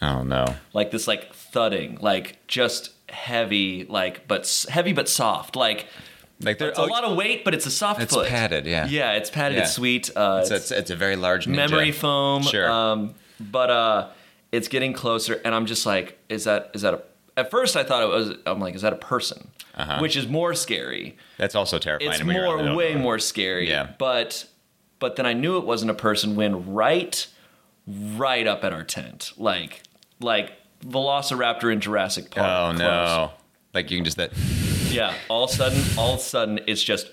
oh, no.
like this like thudding like just heavy like but s- heavy but soft like
Like there,
it's a lot of weight but it's a soft
It's
foot
padded, yeah.
yeah it's padded
Yeah.
it's sweet uh
it's,
it's,
it's, it's a very large ninja.
memory foam
Sure.
um but uh it's getting closer and i'm just like is that is that a at first i thought it was i'm like is that a person
Uh-huh.
which is more scary
That's also terrifying.
it's
when you're on the
more
middle
way
of the road.
more scary
Yeah.
but but then i knew it wasn't a person when right right up at our tent like like velociraptor in jurassic
Oh,
park
no. Like you can just that.
close. yeah all of a sudden all of a sudden it's just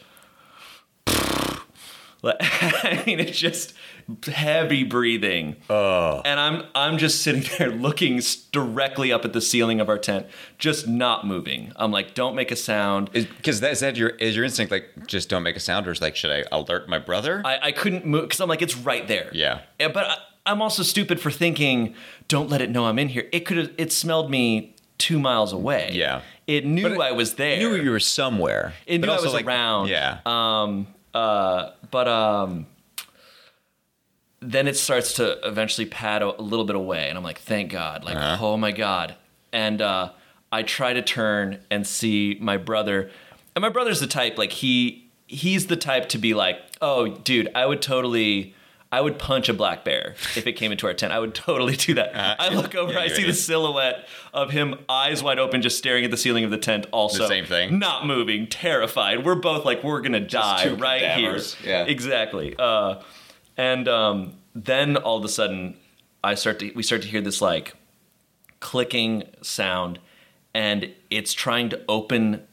like, i mean it's just heavy breathing
Oh.
and i'm i'm just sitting there looking s- directly up at the ceiling of our tent just not moving i'm like don't make a sound
Because that's that your is your instinct like just don't make a sound or is like should I alert my brother?
I, I couldn't move because I'm like, it's right there. Eh,
Yeah.
but I, I'm also stupid for thinking, don't let it know I'm in here. It could have, it smelled me two miles away.
Yeah.
It knew
But it-
I was there.
I knew you were somewhere.
It
but
knew I
also,
was
like,
around.
Yeah.
Um, uh, but um, then it starts to eventually pad a, a little bit away, and I'm like, thank God, like,
Uh-huh.
oh my God. And uh, I try to turn and see my brother, and my brother's the type like he he's the type to be like, oh, dude, I would totally. I would punch a black bear if it came into our tent. I would totally do that. I look over,
Uh-huh. yeah,
I
yeah,
see
yeah.
the silhouette of him, eyes wide open, just staring at the ceiling of the tent. Also,
same thing?
not moving, terrified. We're both like, we're gonna die
two
right
cadavers.
here.
Yeah.
exactly. Uh, and um, then all of a sudden, I start to we start to hear this like clicking sound, and it's trying to open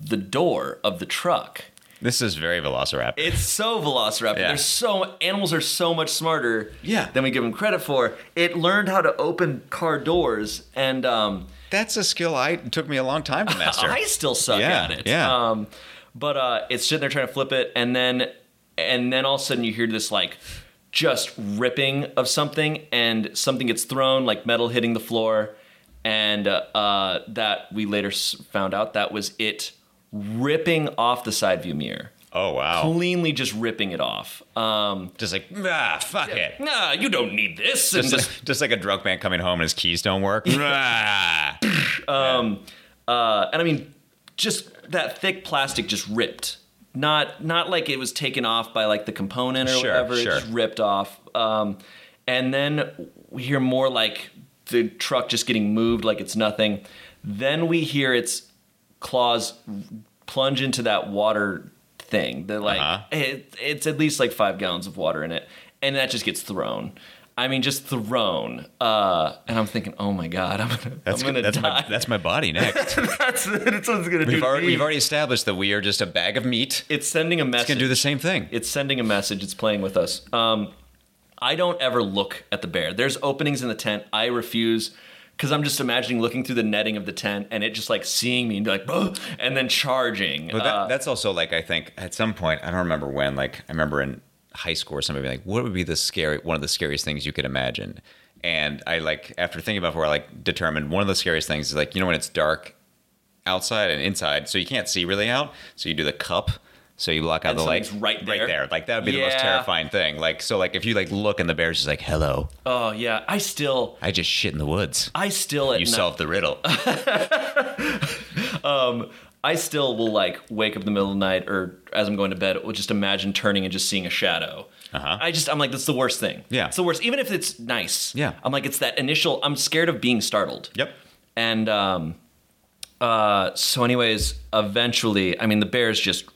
the door of the truck.
this is very Velociraptor.
It's so Velociraptor.
Yeah.
They're so animals are so much smarter
Yeah.
than we give them credit for. It learned how to open car doors, and um,
That's a skill I it took me a long time to master.
I still suck
Yeah,
at it.
yeah.
Um, but uh, it's sitting there trying to flip it, and then and then all of a sudden you hear this like just ripping of something, and something gets thrown, like metal hitting the floor, and uh, uh, that we later s- found out that was it ripping off the side view mirror,
oh wow.
cleanly just ripping it off. Um,
Just like ah, fuck it.
nah, you don't need this. and
Just
just-
like, just like a drunk man coming home and his keys don't work. Ah.
Uh, and I mean, just that thick plastic just ripped. Not not like it was taken off by like the component or
Sure,
whatever.
sure.
It just ripped off. Um, and then we hear more like the truck just getting moved like it's nothing. Then we hear its claws plunge into that water thing. That like
Uh-huh.
it, it's at least like five gallons of water in it, and that just gets thrown. I mean, just thrown. Uh, and I'm thinking, oh my god, I'm gonna,
that's
I'm gonna
that's
die.
my that's my body next.
That's that's what it's gonna do.
we've,
to
already,
me.
we've already established that we are just a bag of meat.
it's sending a
It's
message.
gonna do the same thing.
It's sending a message. It's playing with us. Um, I don't ever look at the bear. There's openings in the tent. I refuse because I'm just imagining looking through the netting of the tent and it just like seeing me and be like, "Bruh," and then charging.
But that,
Uh,
that's also like I think at some point I don't remember when. Like I remember in high school or something being like, "What would be the scary one of the scariest things you could imagine?" And I like after thinking about it, I like determined one of the scariest things is like you know when it's dark outside and inside, so you can't see really out, so you do the cup. So you block out
And
the light
something's right there.
Like that would be the most
Yeah.
terrifying thing. Like so, like if you like look and the bear's just like, "Hello,
oh yeah, I still,
I just shit in the woods."
I still at
You
night-
solved the riddle.
I still will like wake up in the middle of the night or as I'm going to bed, will just imagine turning and just seeing a shadow.
Uh-huh.
I just I'm like that's the worst thing.
Yeah.
it's the worst. Even if it's nice.
Yeah.
I'm like it's that initial. I'm scared of being startled.
yep.
And um, uh, so anyways, eventually, I mean the bear's just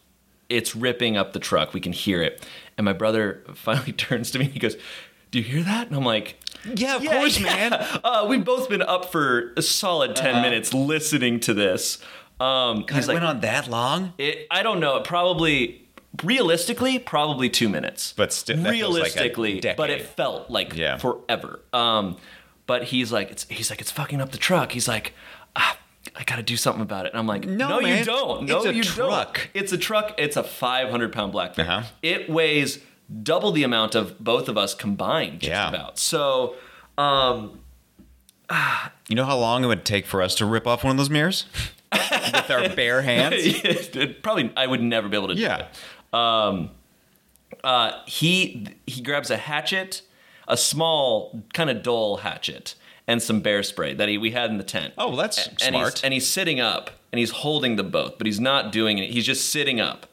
it's ripping up the truck. We can hear it. And my brother finally turns to me. and He goes, "Do you hear that?" And I'm like.
Yeah, of
Yeah,
course,
yeah.
man.
Uh, we've both been up for a solid 10 minutes listening to this. Um,
It
he's like,
went on that long.
it, I don't know. It probably realistically probably two minutes
But still- that feels like a
realistically but it
decade.
felt like
Yeah.
forever um but he's like it's he's like it's fucking up the truck he's like ah, i gotta do something about it and i'm like no,
man.
you don't no
It's a
you
truck."
don't it's a truck it's a 500 pound black
Uh-huh.
it weighs double the amount of both of us combined just
Yeah.
about so um
You know how long it would take for us to rip off one of those mirrors with our bare hands?
it probably i would never be able to do it
Yeah.
he he grabs a hatchet, a small kind of dull hatchet, and some bear spray that he we had in the tent.
Oh, that's
A- and
smart.
He's, and he's sitting up and he's holding them both, but he's not doing it. He's just sitting up.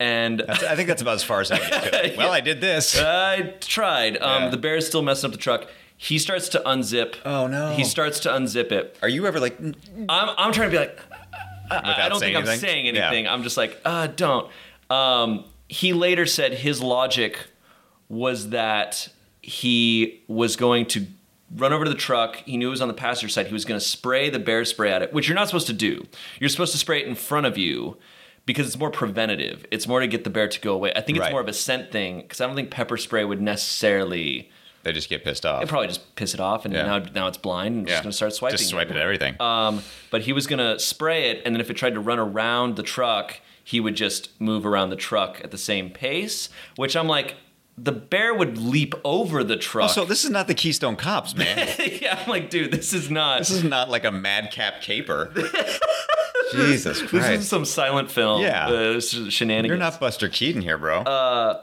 And Uh,
That's- I think that's about as far as I can go. Well, I did this.
I tried. Um,
Yeah.
The bear is still messing up the truck. He starts to unzip.
Oh, no.
He starts to unzip it.
Are you ever like n-
I'm I'm trying to be like,
without
I don't
saying
think I'm
anything?
saying
Yeah.
anything. I'm just like, uh, don't. Um, he later said his logic was that he was going to run over to the truck. He knew it was on the passenger side. He was going to spray the bear spray at it, which you're not supposed to do. You're supposed to spray it in front of you because it's more preventative. It's more to get the bear to go away. I think it's
Right.
more of a scent thing because I don't think pepper spray would necessarily.
They just get pissed off.
It'd probably just piss it off, and
Yeah.
now now it's blind. And it's just going to start swiping.
Just swipe at everything.
Um, but he was gonna spray it, and then if it tried to run around the truck, he would just move around the truck at the same pace. Which I'm like, the bear would leap over
Oh,
the truck.
also, this is not the Keystone Cops, man.
yeah, I'm like, dude, this is not.
this
This is,
is not like a madcap caper. Jesus Christ.
some silent film.
Yeah.
uh, this is shenanigans.
You're not Buster Keaton here, bro.
Uh,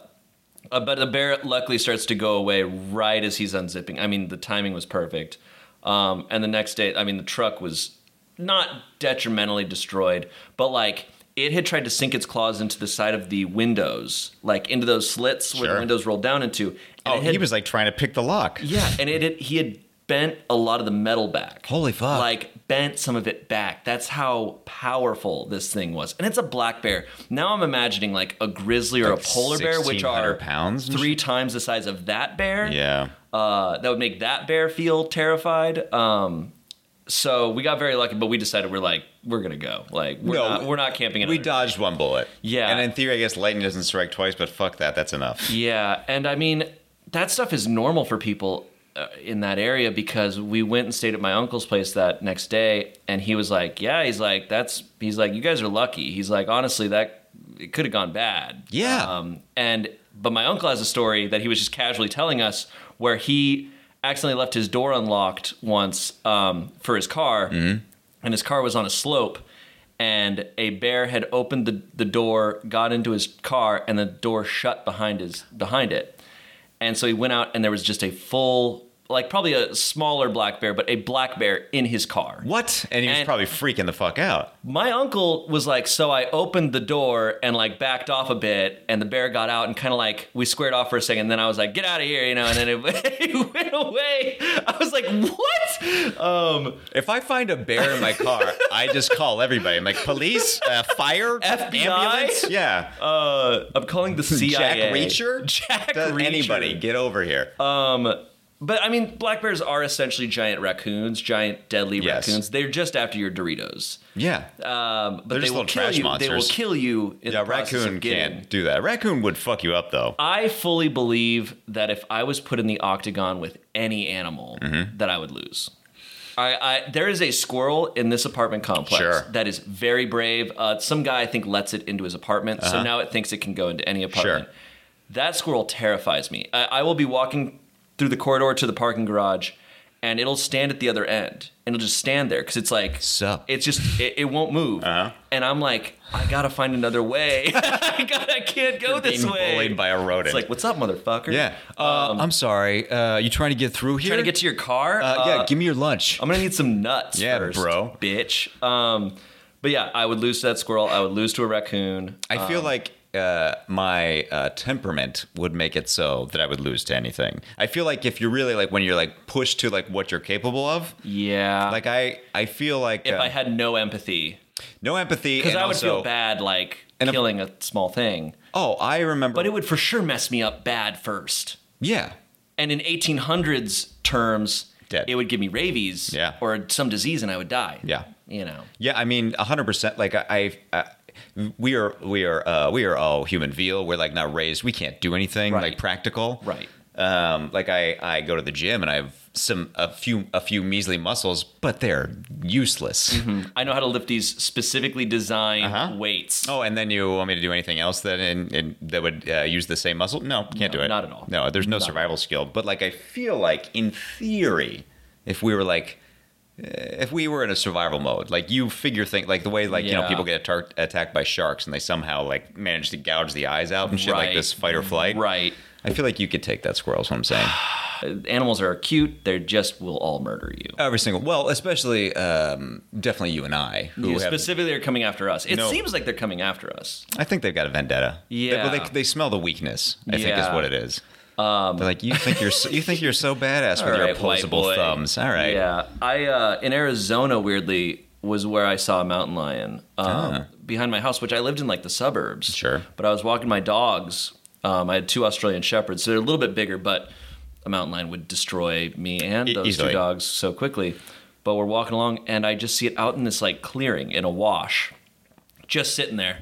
but the bear luckily starts to go away right as he's unzipping. I mean, the timing was perfect. Um, and the next day, I mean, the truck was not detrimentally destroyed, but like it had tried to sink its claws into the side of the windows, like into those slits where the
Sure.
windows rolled down into. And
oh,
it had-
he was like trying to pick the lock.
yeah, and it, it he had bent a lot of the metal back.
Holy fuck.
Like bent some of it back. That's how powerful this thing was. And it's a black bear. Now I'm imagining like a grizzly or
Like
a polar bear, which are
1,600 pounds and
three times the size of that bear.
Yeah.
Uh, that would make that bear feel terrified. Um, so we got very lucky, but we decided we're like we're gonna go. Like we're
No,
not we're not camping.
We
another day.
dodged one bullet.
Yeah.
And in theory, I guess lightning doesn't strike twice, but fuck that. That's enough.
Yeah, and I mean that stuff is normal for people uh, in that area because we went and stayed at my uncle's place that next day, and he was like, "Yeah," he's like, "That's," he's like, "You guys are lucky." He's like, "Honestly, that it could have gone bad."
Yeah.
Um, and but my uncle has a story that he was just casually telling us where he accidentally left his door unlocked once um, for his car, and his car was on a slope. And a bear had opened the, the door, got into his car, and the door shut behind his behind it. And so he went out, and there was just a full, like probably a smaller black bear, but a black bear in his car.
What? And he was
And-
probably freaking the fuck out.
My uncle was like, so I opened the door and like backed off a bit, and the bear got out and kind of like we squared off for a second. And then I was like, get out of here, you know. And then it, it went away. I was like, what? Um,
If I find a bear in my car, I just call everybody. I'm like, police, uh, fire,
FBI?
ambulance. Yeah.
uh, I'm calling the CIA.
Jack Reacher?
Jack
Does
Reacher. Uh,
Anybody, get over here.
But I mean, black bears are essentially giant raccoons, giant deadly
Yes.
raccoons. They're just just after your Doritos.
yeah.
Um, but
They're
they
just
will
little
kill
trash
you. They will
monsters.
kill you. In
yeah,
the process of
raccoon
getting. Uh,
can't do that. Raccoon would fuck you up, though.
I fully believe that if I was put in the octagon with any animal,
Mm-hmm.
that I would lose. I, I there is a squirrel in this apartment complex
Sure.
that is very brave. Uh, some guy I think lets it into his apartment, so now it thinks it can go into any apartment.
Uh-huh. Sure.
That squirrel terrifies me. I, I will be walking through the corridor to the parking garage, and it'll stand at the other end, and it'll just stand there because it's like
Sup?
it's just it, it won't move,
Uh-huh.
and I'm like I gotta find another way. I, gotta, I can't go this
Being
way.
bullied by a rodent.
It's like, what's up, motherfucker?
yeah. Uh, I'm sorry. Uh, you trying to get through here?
Trying to get to your car?
Uh, yeah, give me your lunch.
I'm gonna need some nuts
Yeah,
first,
bro.
bitch. Um, but yeah, I would lose to that squirrel. I would lose to a raccoon.
I feel like uh, my uh, temperament would make it so that I would lose to anything. I feel like if you're really like when you're like pushed to like what you're capable of,
yeah,
like I I feel like
if
uh,
I had no empathy,
no empathy
because
and
I would
also
feel bad like
And if-
killing a small thing.
oh I remember
But it would for sure mess me up bad first.
yeah
And in 1800s terms,
Dead.
it would give me rabies
Yeah.
or some disease, and I would die.
yeah
you know.
yeah I mean hundred percent like I, I, I we are we are uh, we are all human veal. We're like not raised. We can't do anything
Right.
like practical.
Right.
Um, like I I go to the gym and I have some a few a few measly muscles, but they're useless.
I know how to lift these specifically designed
Uh-huh.
weights.
Oh, and then you want me to do anything else that in, in, that would uh, use the same muscle? No, can't
No,
do it.
not at all.
No, there's no
Not at
survival skill. But like, I feel like in theory, if we were like, uh, if we were in a survival mode, like you figure things like the way like you know
Yeah.
people get attacked attacked by sharks and they somehow like manage to gouge the eyes out and shit like
Right.
this fight or flight.
Right.
I feel like you could take that squirrel. Is what I'm saying.
Uh, Animals are cute. They just will all murder you.
Every single well, especially um, definitely you and I who
You
have.
specifically, are coming after us. It
No.
seems like they're coming after us.
I think they've got a vendetta. They, well,
Yeah.
they, they smell the weakness. I think is
Yeah. Um,
what it is. They're like, you think you're so, you think you're so badass with
All
your
right, white
opposable
boy.
thumbs. All right.
Yeah, I uh, in Arizona weirdly was where I saw a mountain lion um,
Ah.
behind my house, which I lived in like the suburbs.
Sure.
but I was walking my dogs. Um, I had two Australian shepherds, so they're a little bit bigger, but a mountain lion would destroy me and
E-
those
easily.
two dogs so quickly. But we're walking along, and I just see it out in this like clearing in a wash, just sitting there,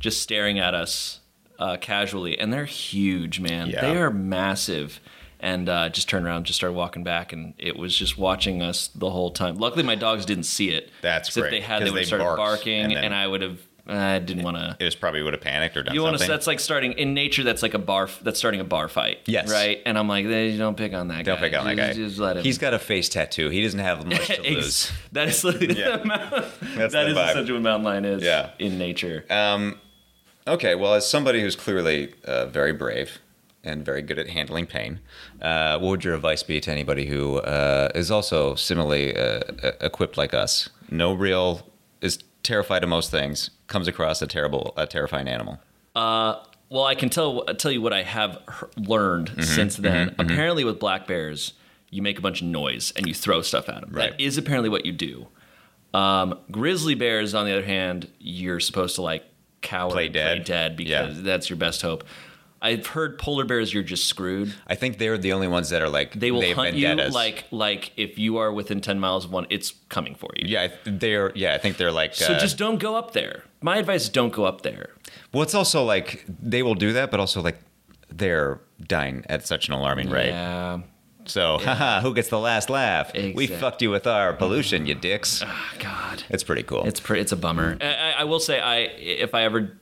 just staring at us uh, casually. And they're huge, man.
Yeah.
They are massive. And uh, just turned around, just started walking back, and it was just watching us the whole time. Luckily, my dogs didn't see it.
That's
'Cause
great,
If they had,
'cause
they would
they
have started
barked,
barking,
and
and,
then-
I would have. I didn't want to.
It was probably would have panicked or done
You want to?
something.
That's like starting in nature. That's like a bar. That's starting a bar fight.
Yes.
Right. And I'm like, they don't pick on that
Don't
guy.
pick on that guy.
Just, just let him.
He's got a face tattoo. He doesn't have much to lose.
Ex- that is literally
Yeah.
the amount.
That's
that
the
is
vibe.
essentially what mountain lion is
Yeah.
in nature.
Okay. Well, as somebody who's clearly uh, very brave and very good at handling pain, uh, what would your advice be to anybody who uh, is also similarly uh, e- equipped like us? No real is terrified of most things. Comes across a terrible, a terrifying animal.
well, I can tell tell you what I have he- learned
Mm-hmm,
since then. Apparently, with black bears, you make a bunch of noise and you throw stuff at them.
Right.
That is apparently what you do. Um, grizzly bears, on the other hand, you're supposed to like cower,
Play
and
dead.
because
Yeah.
that's your best hope. I've heard polar bears, you're just screwed.
I think they're the only ones that are like
They will
have
hunt you
vendettas.
like like if you are within ten miles of one, it's coming for you.
Yeah, I th- they're yeah. I think they're like.
So
uh,
just don't go up there. My advice is don't go up there.
well, it's also like they will do that, but also like they're dying at such an alarming rate.
Yeah.
So, haha, who gets the last laugh? We
Exact-
fucked you with our pollution, you dicks.
Ah, God.
It's pretty cool.
It's pretty. It's a bummer. I, I- I will say, I if I ever,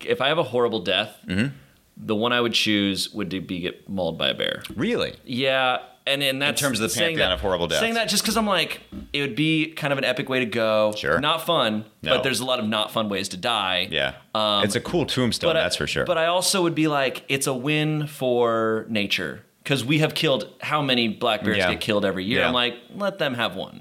if I have a horrible death,
Mm-hmm.
the one I would choose would be get mauled by a bear.
really
Yeah, and and that's
terms of the
saying
pantheon
that-
of horrible deaths.
Saying that just because I'm like, it would be kind of an epic way to go.
Sure.
Not fun,
No.
but there's a lot of not fun ways to die.
yeah.
Um,
it's a cool tombstone,
I-
that's for sure.
But I also would be like, it's a win for nature because we have killed how many black bears
Yeah.
get killed every year.
Yeah.
I'm like, let them have one.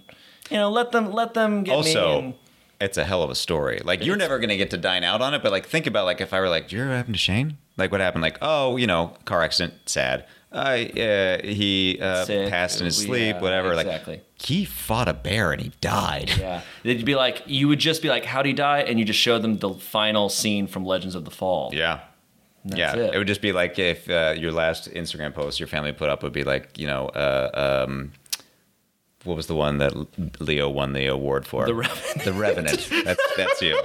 You know, let them let them get me.
also.
and-
it's a hell of a story. Like you're never gonna get to dine out on it, but like think about like if I were like, "Do you ever happen to Shane?" Like what happened? Like oh, you know, car accident, sad. I uh, he uh,
Sick,
passed in his
we-
sleep,
yeah,
whatever.
exactly.
Like he fought a bear and he died.
Yeah. They'd be like, you would just be like, how'd he die? And you just show them the final scene from Legends of the Fall.
Yeah. yeah.
it.
It. would just be like if uh, your last Instagram post your family put up would be like, you know, uh, um, what was the one that L- Leo won the award for?
The Revenant.
The Revenant. that's, that's you.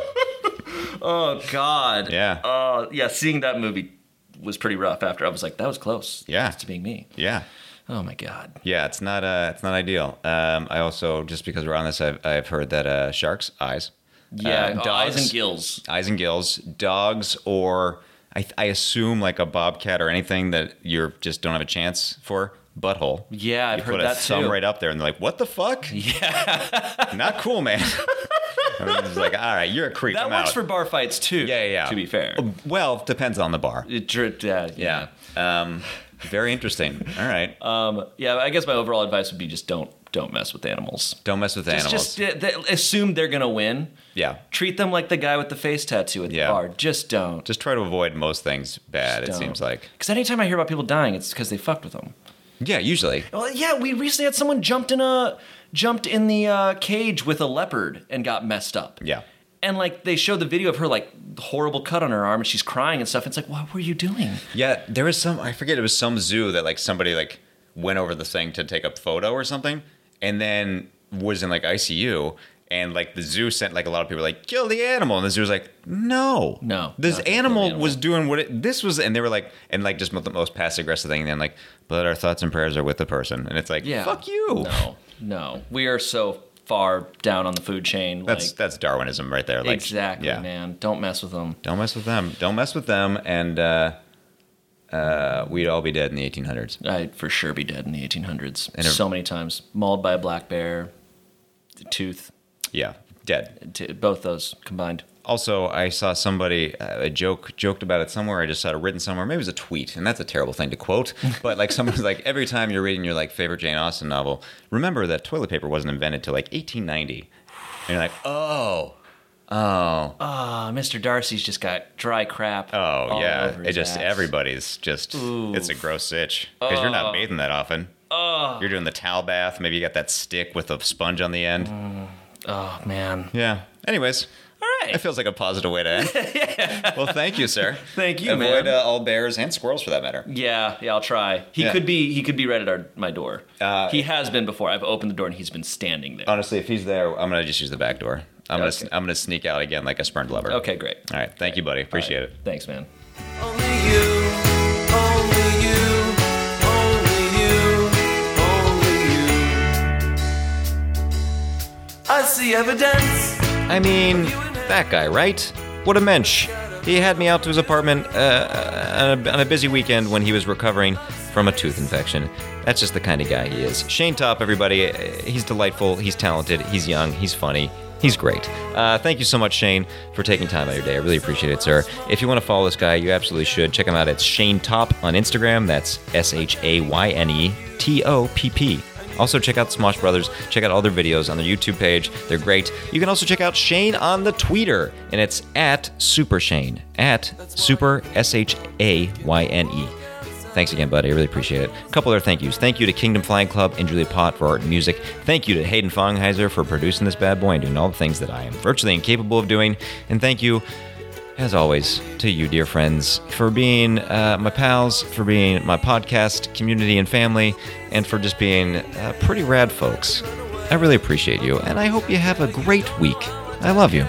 Oh, God.
Yeah.
Oh, yeah. Seeing that movie was pretty rough after. I was like, that was close.
Yeah.
Close to being me.
Yeah.
Oh, my God.
Yeah. It's not, uh, it's not ideal. Um, I also, just because we're on this, I've, I've heard that uh, sharks, eyes.
Yeah.
Uh,
eyes
dogs.
and gills.
eyes and gills, dogs, or I, I assume like a bobcat or anything that you're just don't have a chance for. Butthole.
Yeah, I've
you
heard
put a
that
thumb
too.
right up there, and they're like, "What the fuck? Yeah, not cool, man." And I'm just like, "All right, you're a creep."
That
I'm
works
out."
for bar fights, too.
yeah, yeah, yeah.
To be fair.
Well, depends on the bar.
It dripped, yeah, yeah. Uh,
Yeah. Um, very interesting. All right.
Yeah, I guess my overall advice would be just don't don't mess with animals.
don't mess with animals.
It's just uh, th- assume they're going to win.
yeah.
Treat them like the guy with the face tattoo at the
Yeah.
bar. Just don't.
Just try to avoid most things bad. It seems like.
Because anytime I hear about people dying, it's because they fucked with them.
Yeah, usually.
Well, yeah, we recently had someone jumped in a jumped in the uh, cage with a leopard and got messed up.
Yeah.
And like they showed the video of her like horrible cut on her arm and she's crying and stuff. It's like, what were you doing?
Yeah, there was some. I forget. It was some zoo that like somebody like went over the thing to take a photo or something, and then was in like ICU, And like the zoo sent like a lot of people like kill the animal, and the zoo was like no,
No,
This
not gonna kill
animal,
the animal.
was doing what it this was, and they were like, and like just the most passive aggressive thing. And then like, but our thoughts and prayers are with the person, and it's like,
Yeah.
fuck you.
No, no. We are so far down on the food chain.
That's
like,
that's Darwinism right there. Like,
exactly, man. Don't mess with them.
Don't mess with them. Don't mess with them, and uh, uh, we'd all be dead in the 1800s.
I'd for sure be dead in the 1800s.
And a-
so many times, mauled by a black bear, tooth,
Yeah, dead.
t- both those combined.
Also, I saw somebody uh, a joke joked about it somewhere. I just saw it written somewhere. Maybe it was a tweet, and that's a terrible thing to quote. But like someone's like, every time you're reading your like favorite Jane Austen novel, remember that toilet paper wasn't invented till like 1890. And you're like, oh, oh,
Ah, Mr. Darcy's just got dry crap.
oh,
all
yeah.
over
It
his
just
ass.
everybody's just it's a gross sitch because you're
Oh.
not bathing that often.
Oh,
You're doing the towel bath. Maybe you got that stick with a sponge on the end.
oh man.
Yeah. Anyways,
All right.
that feels like a positive way to end. Well, thank you, sir.
Thank you,
Avoid
man.
Uh, all bears and squirrels for that matter.
yeah, yeah, I'll try. He
Yeah.
could be he could be right at our, my door.
Uh,
he has been before. I've opened the door and he's been standing there.
Honestly, if he's there, I'm gonna just use the back door. I'm gonna
Okay.
I'm gonna sneak out again like a spurned lover.
okay, great.
All right. Thank you, buddy. Appreciate it.
Thanks, man.
Only you, only you, only you, only you. I see evidence.
I mean, that guy, right? What a mensch. He had me out to his apartment uh, on, a, on a busy weekend when he was recovering from a tooth infection. That's just the kind of guy he is. Shane Top, everybody. uh, He's delightful. He's talented. He's young. He's funny. He's great. Uh, thank you so much, Shane, for taking time out of your day. I really appreciate it, sir. If you want to follow this guy, you absolutely should. Check him out at Shane Top on Instagram. That's S H A Y N E T O P P. Also, check out Smosh Brothers. Check out all their videos on their YouTube page. They're great. You can also check out Shane on the Twitter, and it's at Super Shane, at Super S H A Y N E. Thanks again, buddy. I really appreciate it. A couple other thank yous. Thank you to Kingdom Flying Club and Julia Pott for art and music. Thank you to Hayden Fongheiser for producing this bad boy and doing all the things that I am virtually incapable of doing. And thank you as always, to you, dear friends, for being uh, my pals, for being my podcast community and family, and for just being uh, pretty rad folks. I really appreciate you, and I hope you have a great week. I love you.